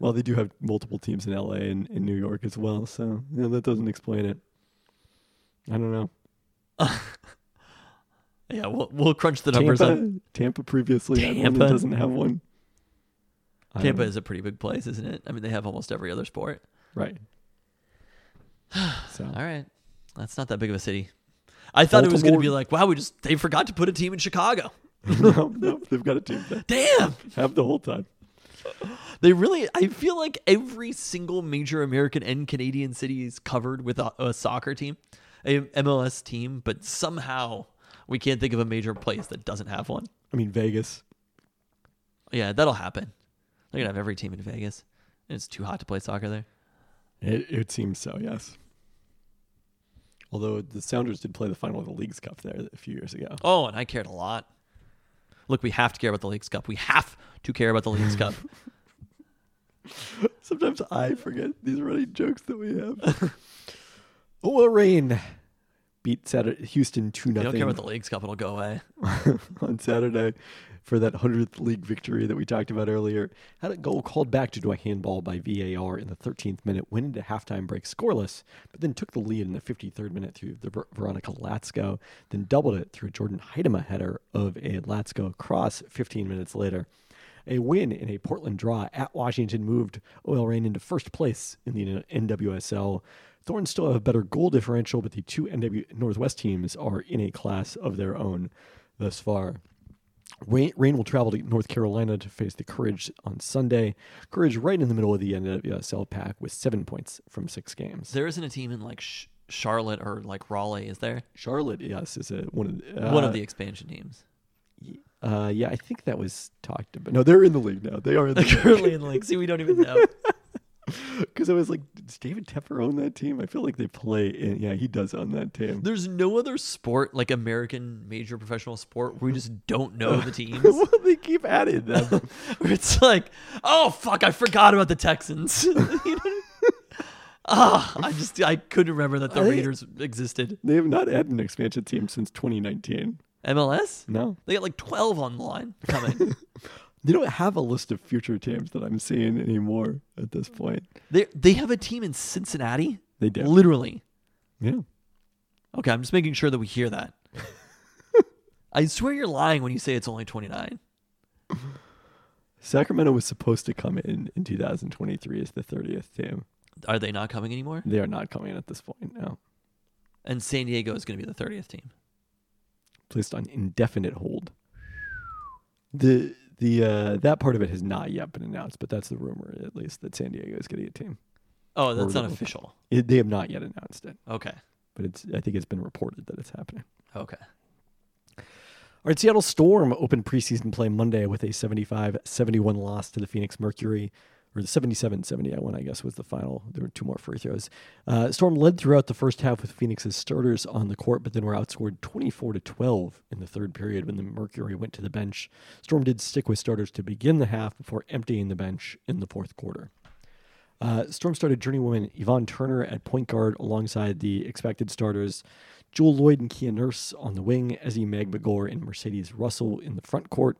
Well, they do have multiple teams in LA and in New York as well, so you know, that doesn't explain it. I don't know. Yeah, we'll we'll crunch the numbers. Tampa, on Tampa previously had one Tampa. that doesn't have one. I don't Tampa know. is a pretty big place, isn't it? I mean, they have almost every other sport. right. So All right, that's not that big of a city. I thought it was going to be Baltimore- like, wow, we just they forgot to put a team in Chicago. no, no, they've got a team that Damn, have the whole time. they really. I feel like every single major American and Canadian city is covered with a, a soccer team, a MLS team, but somehow we can't think of a major place that doesn't have one. I mean Vegas. Yeah, that'll happen. They're gonna have every team in Vegas. And it's too hot to play soccer there. It, it seems so, yes. Although the Sounders did play the final of the League's Cup there a few years ago. Oh, and I cared a lot. Look, we have to care about the League's Cup. We have to care about the League's Cup. Sometimes I forget these running jokes that we have. oh, Rain beat Saturday, Houston 2 They don't care about the nothing League's Cup. It'll go away. on Saturday for that 100th league victory that we talked about earlier. Had a goal called back due to a handball by VAR in the 13th minute, went into halftime break scoreless, but then took the lead in the 53rd minute through the Ver- Veronica Latsko, then doubled it through a Jordan Heidema header of a Latsko cross 15 minutes later. A win in a Portland draw at Washington moved Oil Rain into first place in the NWSL. Thorns still have a better goal differential, but the two NW Northwest teams are in a class of their own thus far. Rain, Rain will travel to North Carolina to face the Courage on Sunday. Courage right in the middle of the NWSL pack with seven points from six games. There isn't a team in like Sh- Charlotte or like Raleigh, is there? Charlotte, yes, is a, one of the, uh, One of the expansion teams. Uh, yeah, I think that was talked about. No, they're in the league now. They are in the league. Currently in the league. See, we don't even know. Because I was like, does David Tepper own that team? I feel like they play in. Yeah, he does own that team. There's no other sport, like American major professional sport, where we just don't know the teams. well, they keep adding them. Where it's like, oh fuck, I forgot about the Texans. You know? Ah, I just I couldn't remember that the I- Raiders existed. they have not had an expansion team since 2019. MLS? No. They got like 12 on the line coming. They don't have a list of future teams that I'm seeing anymore at this point. they they have a team in Cincinnati? They do. Literally. Yeah. Okay, I'm just making sure that we hear that. I swear you're lying when you say it's only 29. Sacramento was supposed to come in in 2023 as the 30th team. Are they not coming anymore? They are not coming in at this point now. And San Diego is going to be the 30th team. Placed on indefinite hold. The the uh, that part of it has not yet been announced, but that's the rumor at least that San Diego is getting a team. Oh, that's Or- not official. It, they have not yet announced it, Okay. but it's I think it's been reported that it's happening. Okay. All right, Seattle Storm opened preseason play Monday with a 75 71 loss to the Phoenix Mercury, or the 77 71, I guess, was the final. There were two more free throws. Uh, Storm led throughout the first half with Phoenix's starters on the court, but then were outscored 24 to 12 in the third period when the Mercury went to the bench. Storm did stick with starters to begin the half before emptying the bench in the fourth quarter. Uh, Storm started journeywoman Yvonne Turner at point guard alongside the expected starters Jewel Lloyd and Kia Nurse on the wing, Ezzy Magbagor and Mercedes Russell in the front court.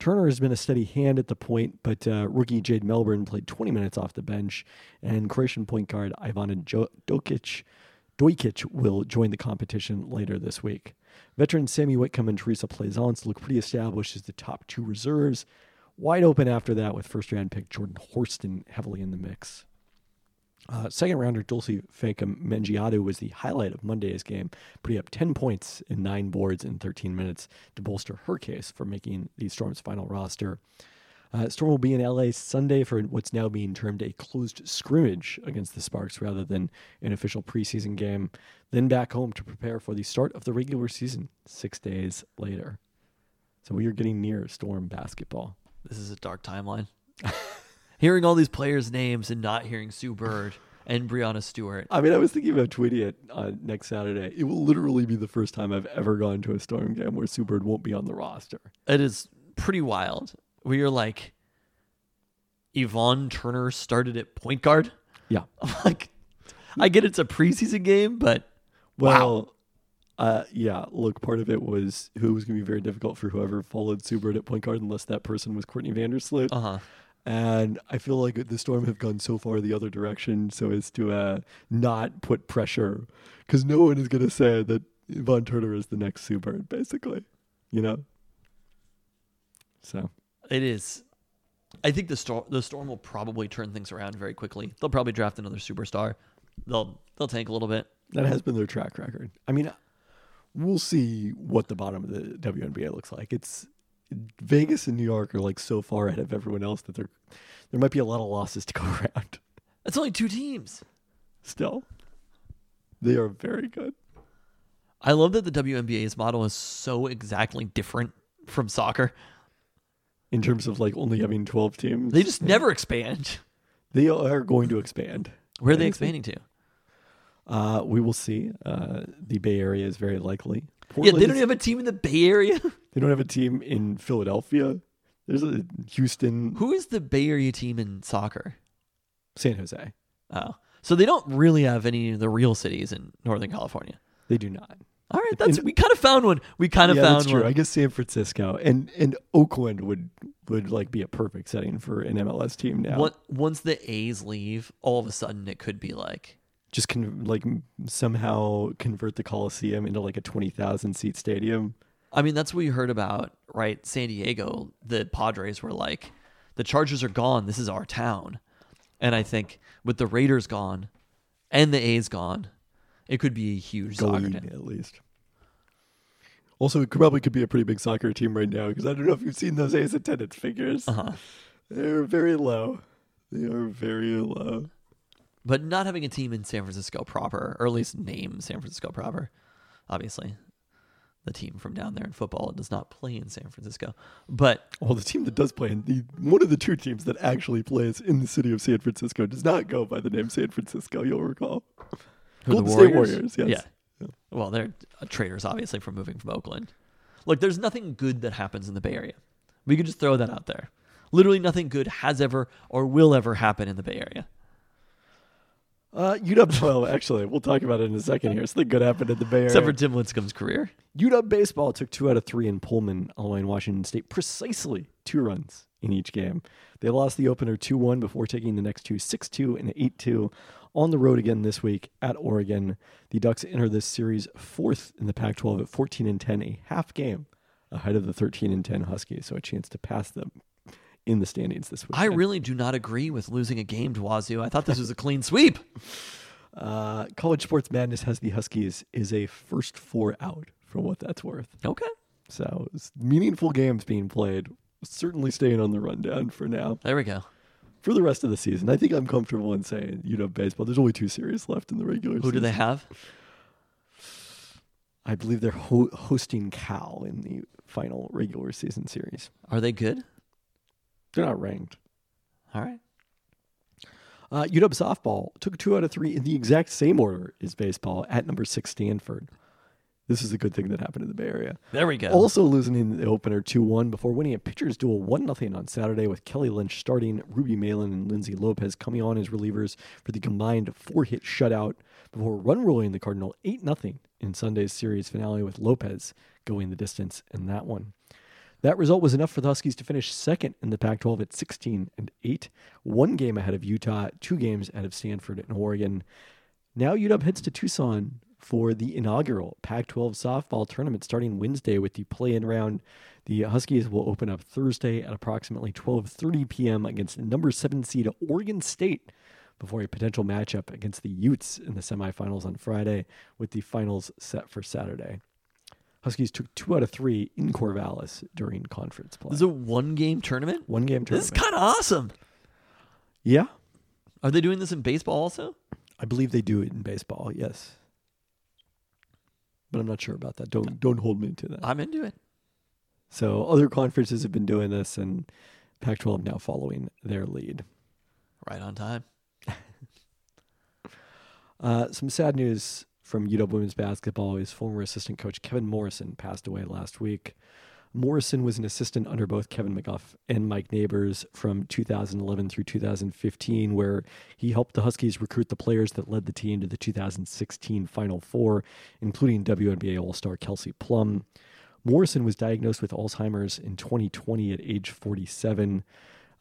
Turner has been a steady hand at the point, but uh, rookie Jade Melbourne played 20 minutes off the bench, and Croatian point guard Ivana jo- Dokic, Dojkic will join the competition later this week. Veteran Sammy Whitcomb and Teresa Plaisance look pretty established as the top two reserves. Wide open after that with first round pick Jordan Horston heavily in the mix. Uh, second rounder Dulcie Fankum Mengiadu was the highlight of Monday's game, putting up 10 points and nine boards in 13 minutes to bolster her case for making the Storm's final roster. Uh, Storm will be in LA Sunday for what's now being termed a closed scrimmage against the Sparks rather than an official preseason game, then back home to prepare for the start of the regular season six days later. So we are getting near Storm basketball. This is a dark timeline. hearing all these players' names and not hearing Sue Bird and Brianna Stewart. I mean, I was thinking about tweeting it uh, next Saturday. It will literally be the first time I've ever gone to a Storm game where Sue Bird won't be on the roster. It is pretty wild. Where you're like, Yvonne Turner started at point guard. Yeah. I'm like, I get it's a preseason game, but Well, uh, yeah. Look, part of it was who was going to be very difficult for whoever followed Subert at point guard, unless that person was Courtney Vandersloot. uh huh. And I feel like the storm have gone so far the other direction so as to uh, not put pressure, because no one is going to say that Von Turner is the next Subert, basically. You know. So It is. I think the storm the storm will probably turn things around very quickly. They'll probably draft another superstar. They'll they'll tank a little bit. that has been their track record. I mean, we'll see what the bottom of the WNBA looks like. It's Vegas and New York are like so far ahead of everyone else that there there might be a lot of losses to go around. It's only two teams. Still, they are very good. I love that the WNBA's model is so exactly different from soccer. in terms of like only having 12 teams. They just never expand. they are going to expand. Where are they expanding to? Uh, we will see. Uh, the Bay Area is very likely. Yeah, Portland they don't is- have a team in the Bay Area. they don't have a team in Philadelphia. There's a Houston, Who is the Bay Area team in soccer? San Jose. Oh, so they don't really have any of the real cities in Northern California. They do not. All right, that's we kind of found one. We kind of yeah, found that's true. one. I guess San Francisco and and Oakland would would like be a perfect setting for an MLS team now. What once the A's leave, all of a sudden it could be like Just con- like somehow convert the Coliseum into like a 20,000 seat stadium. I mean, that's what you heard about, right? San Diego, the Padres were like, the Chargers are gone. This is our town. And I think with the Raiders gone and the A's gone, it could be a huge soccer Lead, town. at least. Also, it could- probably could be a pretty big soccer team right now because I don't know if you've seen those A's attendance figures. Uh-huh. They're very low. They are very low. But not having a team in San Francisco proper, or at least name San Francisco proper, obviously. The team from down there in football does not play in San Francisco. But Well, the team that does play in the one of the two teams that actually plays in the city of San Francisco does not go by the name San Francisco. You'll recall. who, Golden State Warriors, yes. Yeah. Well, they're uh, traitors, obviously, from moving from Oakland. Look, there's nothing good that happens in the Bay Area. We could just throw that out there. Literally nothing good has ever or will ever happen in the Bay Area. Uh, UW. Well, actually, we'll talk about it in a second here. Something good happened at the Bay Area. Except for Tim Lincecum's career. UW baseball took two out of three in Pullman, allowing Washington State precisely two runs in each game. They lost the opener 2 1 before taking the next two 6 2 and 8 2 on the road again this week at Oregon. The Ducks enter this series fourth in the Pac 12 at 14 and 10, a half game ahead of the 13 and 10 Huskies, so a chance to pass them in the standings this week. I really do not agree with losing a game to Wazoo. I thought this was a clean sweep. uh, College Sports Madness has the Huskies is a first four out for what that's worth. Okay. So it's meaningful games being played. Certainly staying on the rundown for now. There we go. For the rest of the season, I think I'm comfortable in saying you know baseball. There's only two series left in the regular Who season. do they have? I believe they're ho- hosting Cal in the final regular season series. Are they good? They're not ranked. All right. Uh, UW softball took two out of three in the exact same order as baseball at number six Stanford. This is a good thing that happened in the Bay Area. There we go. Also losing in the opener 2 1 before winning a pitcher's duel 1 0 on Saturday with Kelly Lynch starting, Ruby Malin and Lindsay Lopez coming on as relievers for the combined four hit shutout before run rolling the Cardinal 8 0 in Sunday's series finale with Lopez going the distance in that one. That result was enough for the Huskies to finish second in the Pac 12 at 16 and 8, one game ahead of Utah, two games ahead of Stanford and Oregon. Now UW heads to Tucson for the inaugural Pac 12 softball tournament starting Wednesday with the play in round. The Huskies will open up Thursday at approximately 12:30 p.m. against number 7 seed Oregon State before a potential matchup against the Utes in the semifinals on Friday with the finals set for Saturday. Huskies took 2 out of 3 in Corvallis during conference play. this is a one game tournament? One game This is tournament. kind of awesome. yeah. Are they doing this in baseball also? I believe they do it in baseball. Yes. But I'm not sure about that. Don't don't hold me to that. I'm into it. So other conferences have been doing this, and Pac-12 now following their lead. Right on time. Uh, some sad news from UW women's basketball is former assistant coach Kevin Morrison passed away last week. Morrison was an assistant under both Kevin McGuff and Mike Neighbors from 2011 through 2015, where he helped the Huskies recruit the players that led the team to the 2016 Final Four, including WNBA All Star Kelsey Plum. Morrison was diagnosed with Alzheimer's in 2020 at age 47.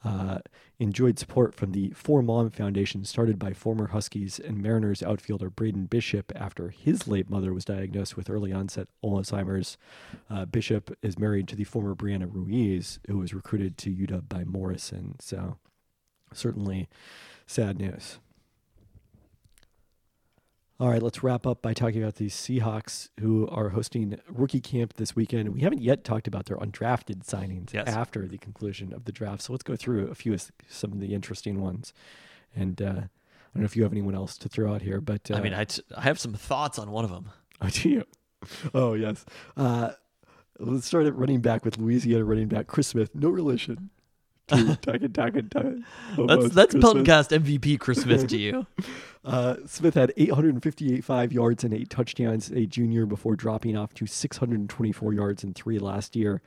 Uh, enjoyed support from the Four Mom Foundation, started by former Huskies and Mariners outfielder Braden Bishop after his late mother was diagnosed with early onset Alzheimer's. Uh, Bishop is married to the former Brianna Ruiz, who was recruited to UW by Morrison. So, certainly sad news. All right, let's wrap up by talking about the Seahawks, who are hosting rookie camp this weekend. We haven't yet talked about their undrafted signings Yes. after the conclusion of the draft, so let's go through a few of s- some of the interesting ones. And uh, I don't know if you have anyone else to throw out here, but uh, I mean, I, t- I have some thoughts on one of them. oh, do you? Oh yes. Uh, let's start at running back with Louisiana running back Chris Smith, no relation. to Taka Taka Ta- That's Hobo's that's Chris Smith. Peltoncast MVP Christmas to you. Uh, Smith had 855 yards and eight touchdowns a junior before dropping off to 624 yards and three last year.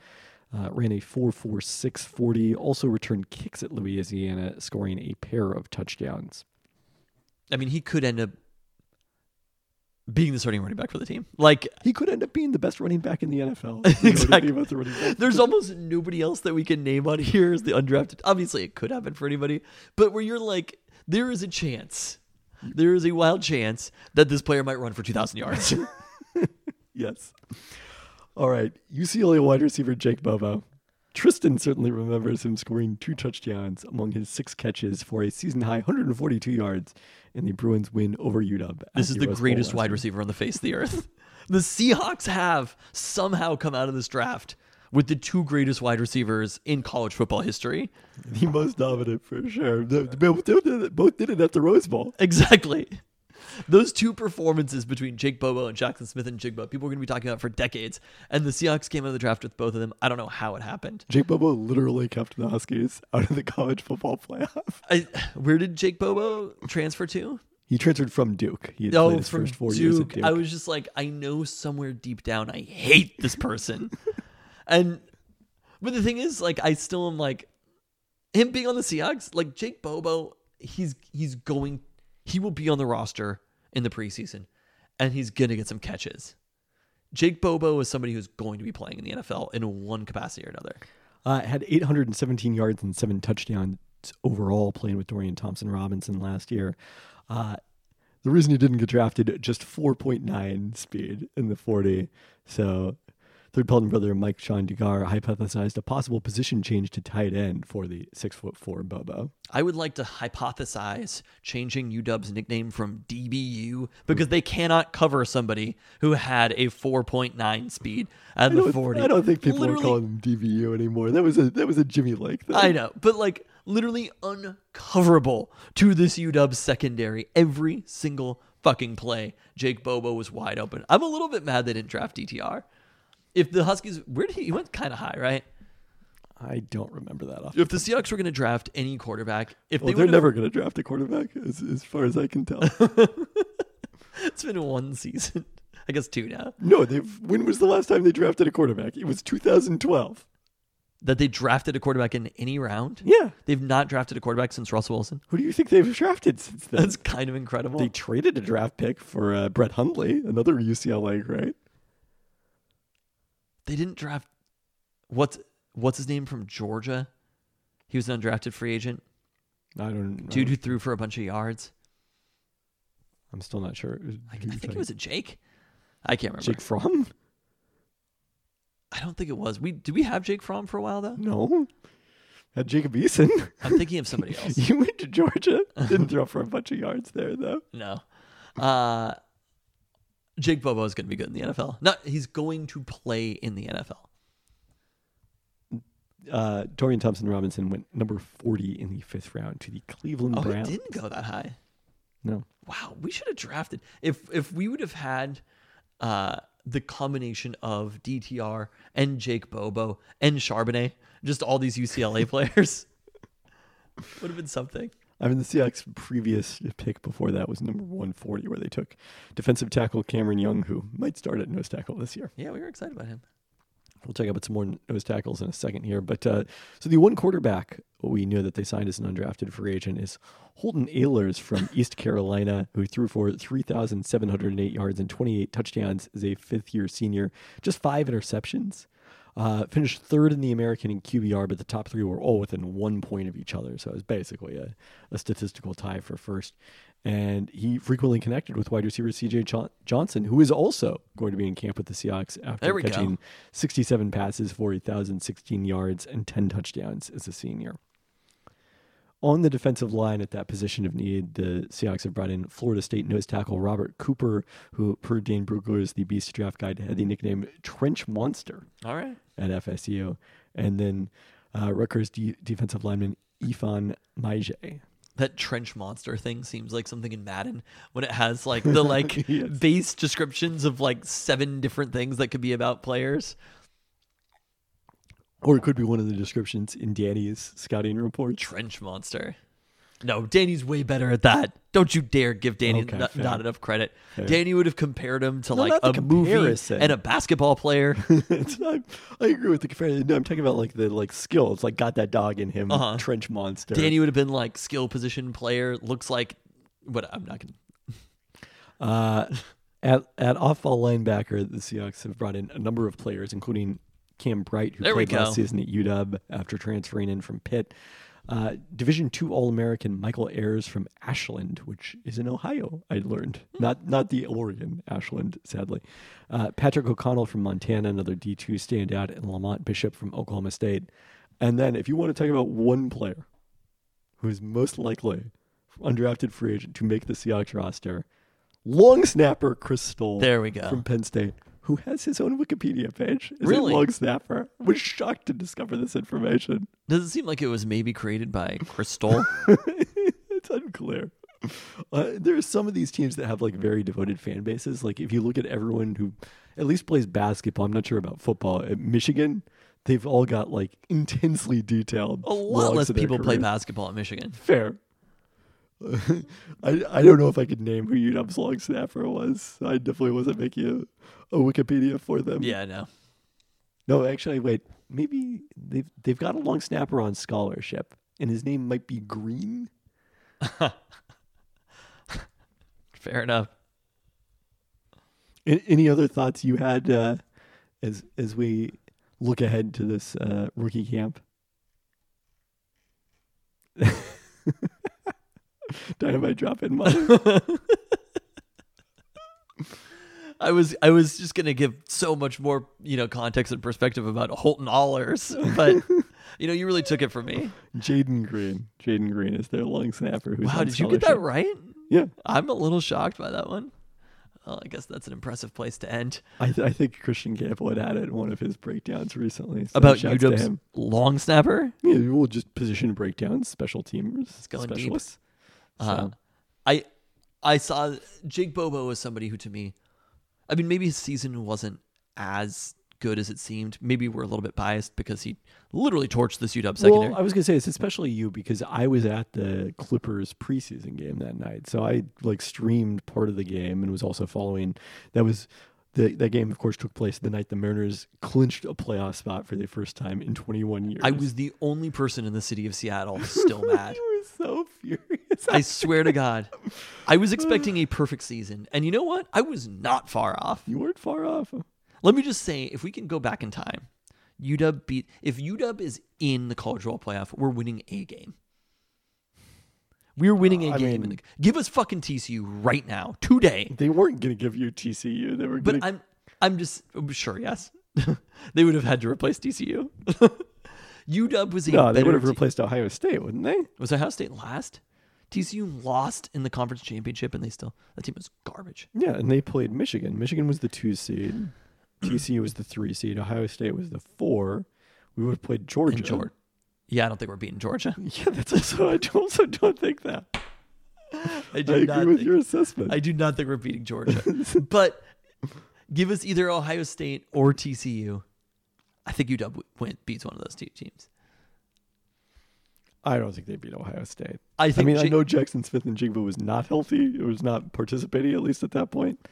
Uh, ran a 4.4640. Also returned kicks at Louisiana, scoring a pair of touchdowns. I mean, he could end up being the starting running back for the team. Like, He could end up being the best running back in the NFL. You know, the Exactly. thing about the running back. there's almost nobody else that we can name on here as the undrafted. Obviously, it could happen for anybody, but where you're like, there is a chance, there is a wild chance that this player might run for 2,000 yards. Yes. All right. UCLA wide receiver Jake Bobo. Tristan certainly remembers him scoring two touchdowns among his six catches for a season high 142 yards in the Bruins win over UW. at this is the Rose Bowl greatest last wide receiver on the face of the earth. The Seahawks have somehow come out of this draft with the two greatest wide receivers in college football history. the most dominant for sure. The- the- Both did it- both did it at the Rose Bowl. Exactly. Those two performances between Jake Bobo and Jackson Smith and Jigba, people are going to be talking about for decades. And the Seahawks came out of the draft with both of them. I don't know how it happened. Jake Bobo literally kept the Huskies out of the college football playoff. I, where did Jake Bobo transfer to? He transferred from Duke. He had played Oh, his from first four Duke. years at Duke. I was just like, I know somewhere deep down, I hate this person. and but the thing is, like, I still am like him being on the Seahawks. Like Jake Bobo, he's he's going, he will be on the roster in the preseason, and he's gonna get some catches. Jake Bobo is somebody who's going to be playing in the NFL in one capacity or another. Uh, had 817 yards and seven touchdowns overall, playing with Dorian Thompson Robinson last year. Uh, the reason he didn't get drafted, just 4.9 speed in the 40. So, third Pelton brother Mike Sean Dugar hypothesized a possible position change to tight end for the six foot four Bobo. I would like to hypothesize changing UW's nickname from DBU because they cannot cover somebody who had a 4.9 speed at I the don't- 40. I don't think people literally, are calling him DVU anymore. That was a that was a Jimmy Lake. Thing. I know, but like literally uncoverable to this UW secondary every single fucking play. Jake Bobo was wide open. I'm a little bit mad they didn't draft DTR. If the Huskies, where did he, he went kind of high, right? I don't remember that. Off. If the Seahawks were going to draft any quarterback, if Well, they they're were never going to draft a quarterback, as, as far as I can tell. it's been one season, I guess two now. No, they've. When was the last time they drafted a quarterback? It was 2012. that they drafted a quarterback in any round. Yeah. They've not drafted a quarterback since Russell Wilson. Who do you think they've drafted since then? That's kind of incredible. they traded a draft pick for uh, Brett Hundley, another UCLA great. They didn't draft what's what's his name from Georgia? He was an undrafted free agent. I don't know. Dude who threw for a bunch of yards. I'm still not sure. I, I think it was a Jake. I can't remember. Jake Fromm. I don't think it was. We did we have Jake Fromm for a while though? No, had Jacob Eason. I'm thinking of somebody else. he went to Georgia. Didn't throw for a bunch of yards there though. No. Uh Jake Bobo is going to be good in the NFL. Not he's going to play in the NFL. Uh, Dorian Thompson Robinson went number 40 in the fifth round to the Cleveland Oh, Browns. he didn't go that high. No. wow, we should have drafted if if we would have had uh, the combination of DTR and Jake Bobo and Charbonnet, just all these UCLA players, would have been something. I mean, the Seahawks' previous pick before that was number 140, where they took defensive tackle Cameron Young, who might start at nose tackle this year. Yeah, we were excited about him. We'll talk about some more nose tackles in a second here. But uh, so the one quarterback we know that they signed as an undrafted free agent is Holden Ehlers from East Carolina, who threw for 3,708 yards and 28 touchdowns as a fifth year senior, just five interceptions. Uh, finished third in the American in QBR, but the top three were all within one point of each other. So it was basically a, a statistical tie for first. And he frequently connected with wide receiver CJ Cho- Johnson, who is also going to be in camp with the Seahawks There after we go. catching 67 passes, 40,016 yards, and 10 touchdowns as a senior. On the defensive line at that position of need, the Seahawks have brought in Florida State nose tackle Robert Cooper, who, per Dane Brugler's The Beast Draft Guide, had the nickname Trench Monster All right. at FSU. And then uh, Rutgers de- defensive lineman Ifan Maije. That trench monster thing seems like something in Madden when it has like the like Yes. base descriptions of like seven different things that could be about players. Or it could be one of the descriptions in Danny's scouting report. Trench monster. No, Danny's way better at that. Don't you dare give Danny Okay, not, fair. not enough credit. Danny would have compared him to like not the a movie comparison. and a basketball player. It's not- I agree with the comparison. No, I'm talking about like the like skill. It's like got that dog in him, Uh-huh. trench monster. Danny would have been like skill position player. Looks like, but I'm not gonna. Uh, at at off ball linebacker, the Seahawks have brought in a number of players, including Cam Bright, who There we played last go. season at UW after transferring in from Pitt. Uh, Division two All American Michael Ayers from Ashland, which is in Ohio, I learned. Hmm. Not not the Oregon Ashland, sadly. Uh, Patrick O'Connell from Montana, another D two standout, and Lamont Bishop from Oklahoma State. And then, if you want to talk about one player who is most likely undrafted free agent to make the Seahawks roster, long snapper Chris Stoll There we go. from Penn State, who has his own Wikipedia page. Is Really? a long snapper. I was shocked to discover this information. Does it seem like it was maybe created by Crystal? it's unclear. Uh, there are some of these teams that have like very devoted fan bases. Like if you look at everyone who at least plays basketball, I'm not sure about football. At Michigan, they've all got like intensely detailed. a lot less people play basketball. basketball at Michigan. Fair. I, I don't know if I could name who UW's long snapper was. I definitely wasn't making a, a Wikipedia for them. Yeah, no. No, actually, wait. Maybe they've they've got a long snapper on scholarship, and his name might be Green. Fair enough. A- any other thoughts you had uh, as as we look ahead to this uh, rookie camp? Dynamite drop in money. I was I was just gonna give so much more you know context and perspective about Holton Allers, but you know you really took it from me. Jaden Green. Jaden Green is their long snapper. Who's Wow, on did you get that scholarship. right? Yeah. I'm a little shocked by that one. Well, I guess that's an impressive place to end. I, th- I think Christian Campbell had had it in one of his breakdowns recently. so About shouts to UW's him. long snapper. Yeah, we'll just position breakdowns, special teamers, going deep. specialists. Uh, So- I I saw Jake Bobo was somebody who to me, I mean, maybe his season wasn't as good as it seemed. Maybe we're a little bit biased because he literally torched this UW secondary. Well, I was gonna say it's especially you because I was at the Clippers preseason game that night, so I like streamed part of the game and was also following. That was the that game, of course, took place the night the Mariners clinched a playoff spot for the first time in 21 years. I was the only person in the city of Seattle still mad. you were so furious. I swear to God. I was expecting a perfect season. And you know what? I was not far off. you weren't far off. Let me just say, if we can go back in time, UW beat. If UW is in the college world playoff, we're winning a game. We're winning a Uh, I game. in mean- the, give us fucking TCU right now, today. They weren't gonna give you TCU. They were gonna But I'm, I'm just I'm sure. Yes, they would have had to replace TCU. UW was a No, they better would have te- replaced Ohio State, wouldn't they? Was Ohio State last? TCU lost in the conference championship, and they still that team was garbage. Yeah, and they played Michigan. Michigan was the two seed. TCU was the three seed. Ohio State was the four. We would have played Georgia. And Georgia. Yeah, I don't think we're beating Georgia. Yeah, that's also. I also don't think that. I do I not agree with think- your assessment. I do not think we're beating Georgia. but give us either Ohio State or TCU. I think UW w- win- beats one of those two teams. I, don't think they beat Ohio State. I I think mean, I Ja- know Jackson Smith and Jigba was not healthy. It was not participating at least at that point.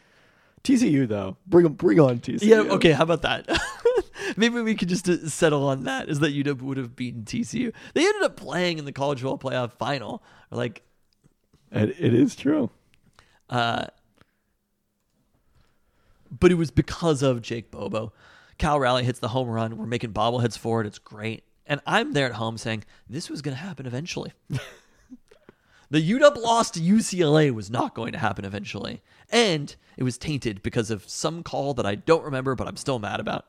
TCU though, bring 'em- bring on TCU. Yeah, okay, how about that? Maybe we could just uh, settle on that is that UW would have beaten TCU. They ended up playing in the college football playoff final. Like, It, it is true. uh, but it was because of Jake Bobo. Cal Raleigh hits the home run. We're making bobbleheads for it. It's great. And I'm there at home saying, this was going to happen eventually. the UW loss to UCLA was not going to happen eventually. And it was tainted because of some call that I don't remember, but I'm still mad about.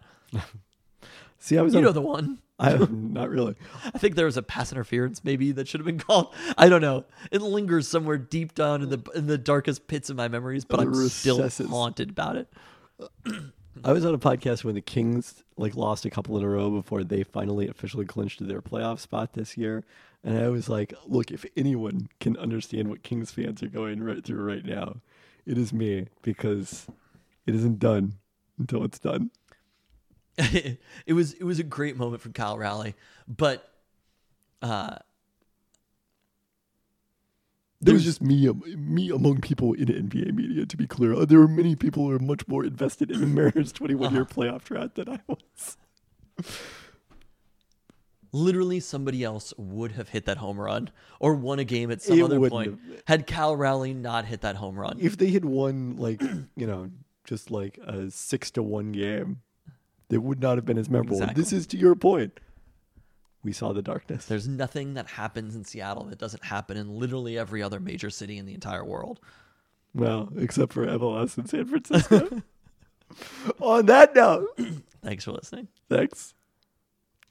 See, I was You on, know the one. I, not really. I think there was a pass interference maybe that should have been called. I don't know. It lingers somewhere deep down in the in the darkest pits of my memories, but I'm Recesses. still haunted about it. I was on a podcast when the Kings like lost a couple in a row before they finally officially clinched their playoff spot this year. And I was like, look, if anyone can understand what Kings fans are going right through right now, it is me because it isn't done until it's done. it was it was a great moment from Kyle Raleigh, but uh, There was just me, um, me among people in NBA media. To be clear, Uh, there were many people who were much more invested in the Mariners' twenty-one year playoff drought than I was. literally somebody else would have hit that home run or won a game at some It other wouldn't point had Kyle Raleigh not hit that home run. If they had won, like you know, just like a six to one game, they would not have been as memorable. Exactly. This is to your point. We saw the darkness. There's nothing that happens in Seattle that doesn't happen in literally every other major city in the entire world. Well, except for MLS in San Francisco. On that note, Thanks for listening. thanks.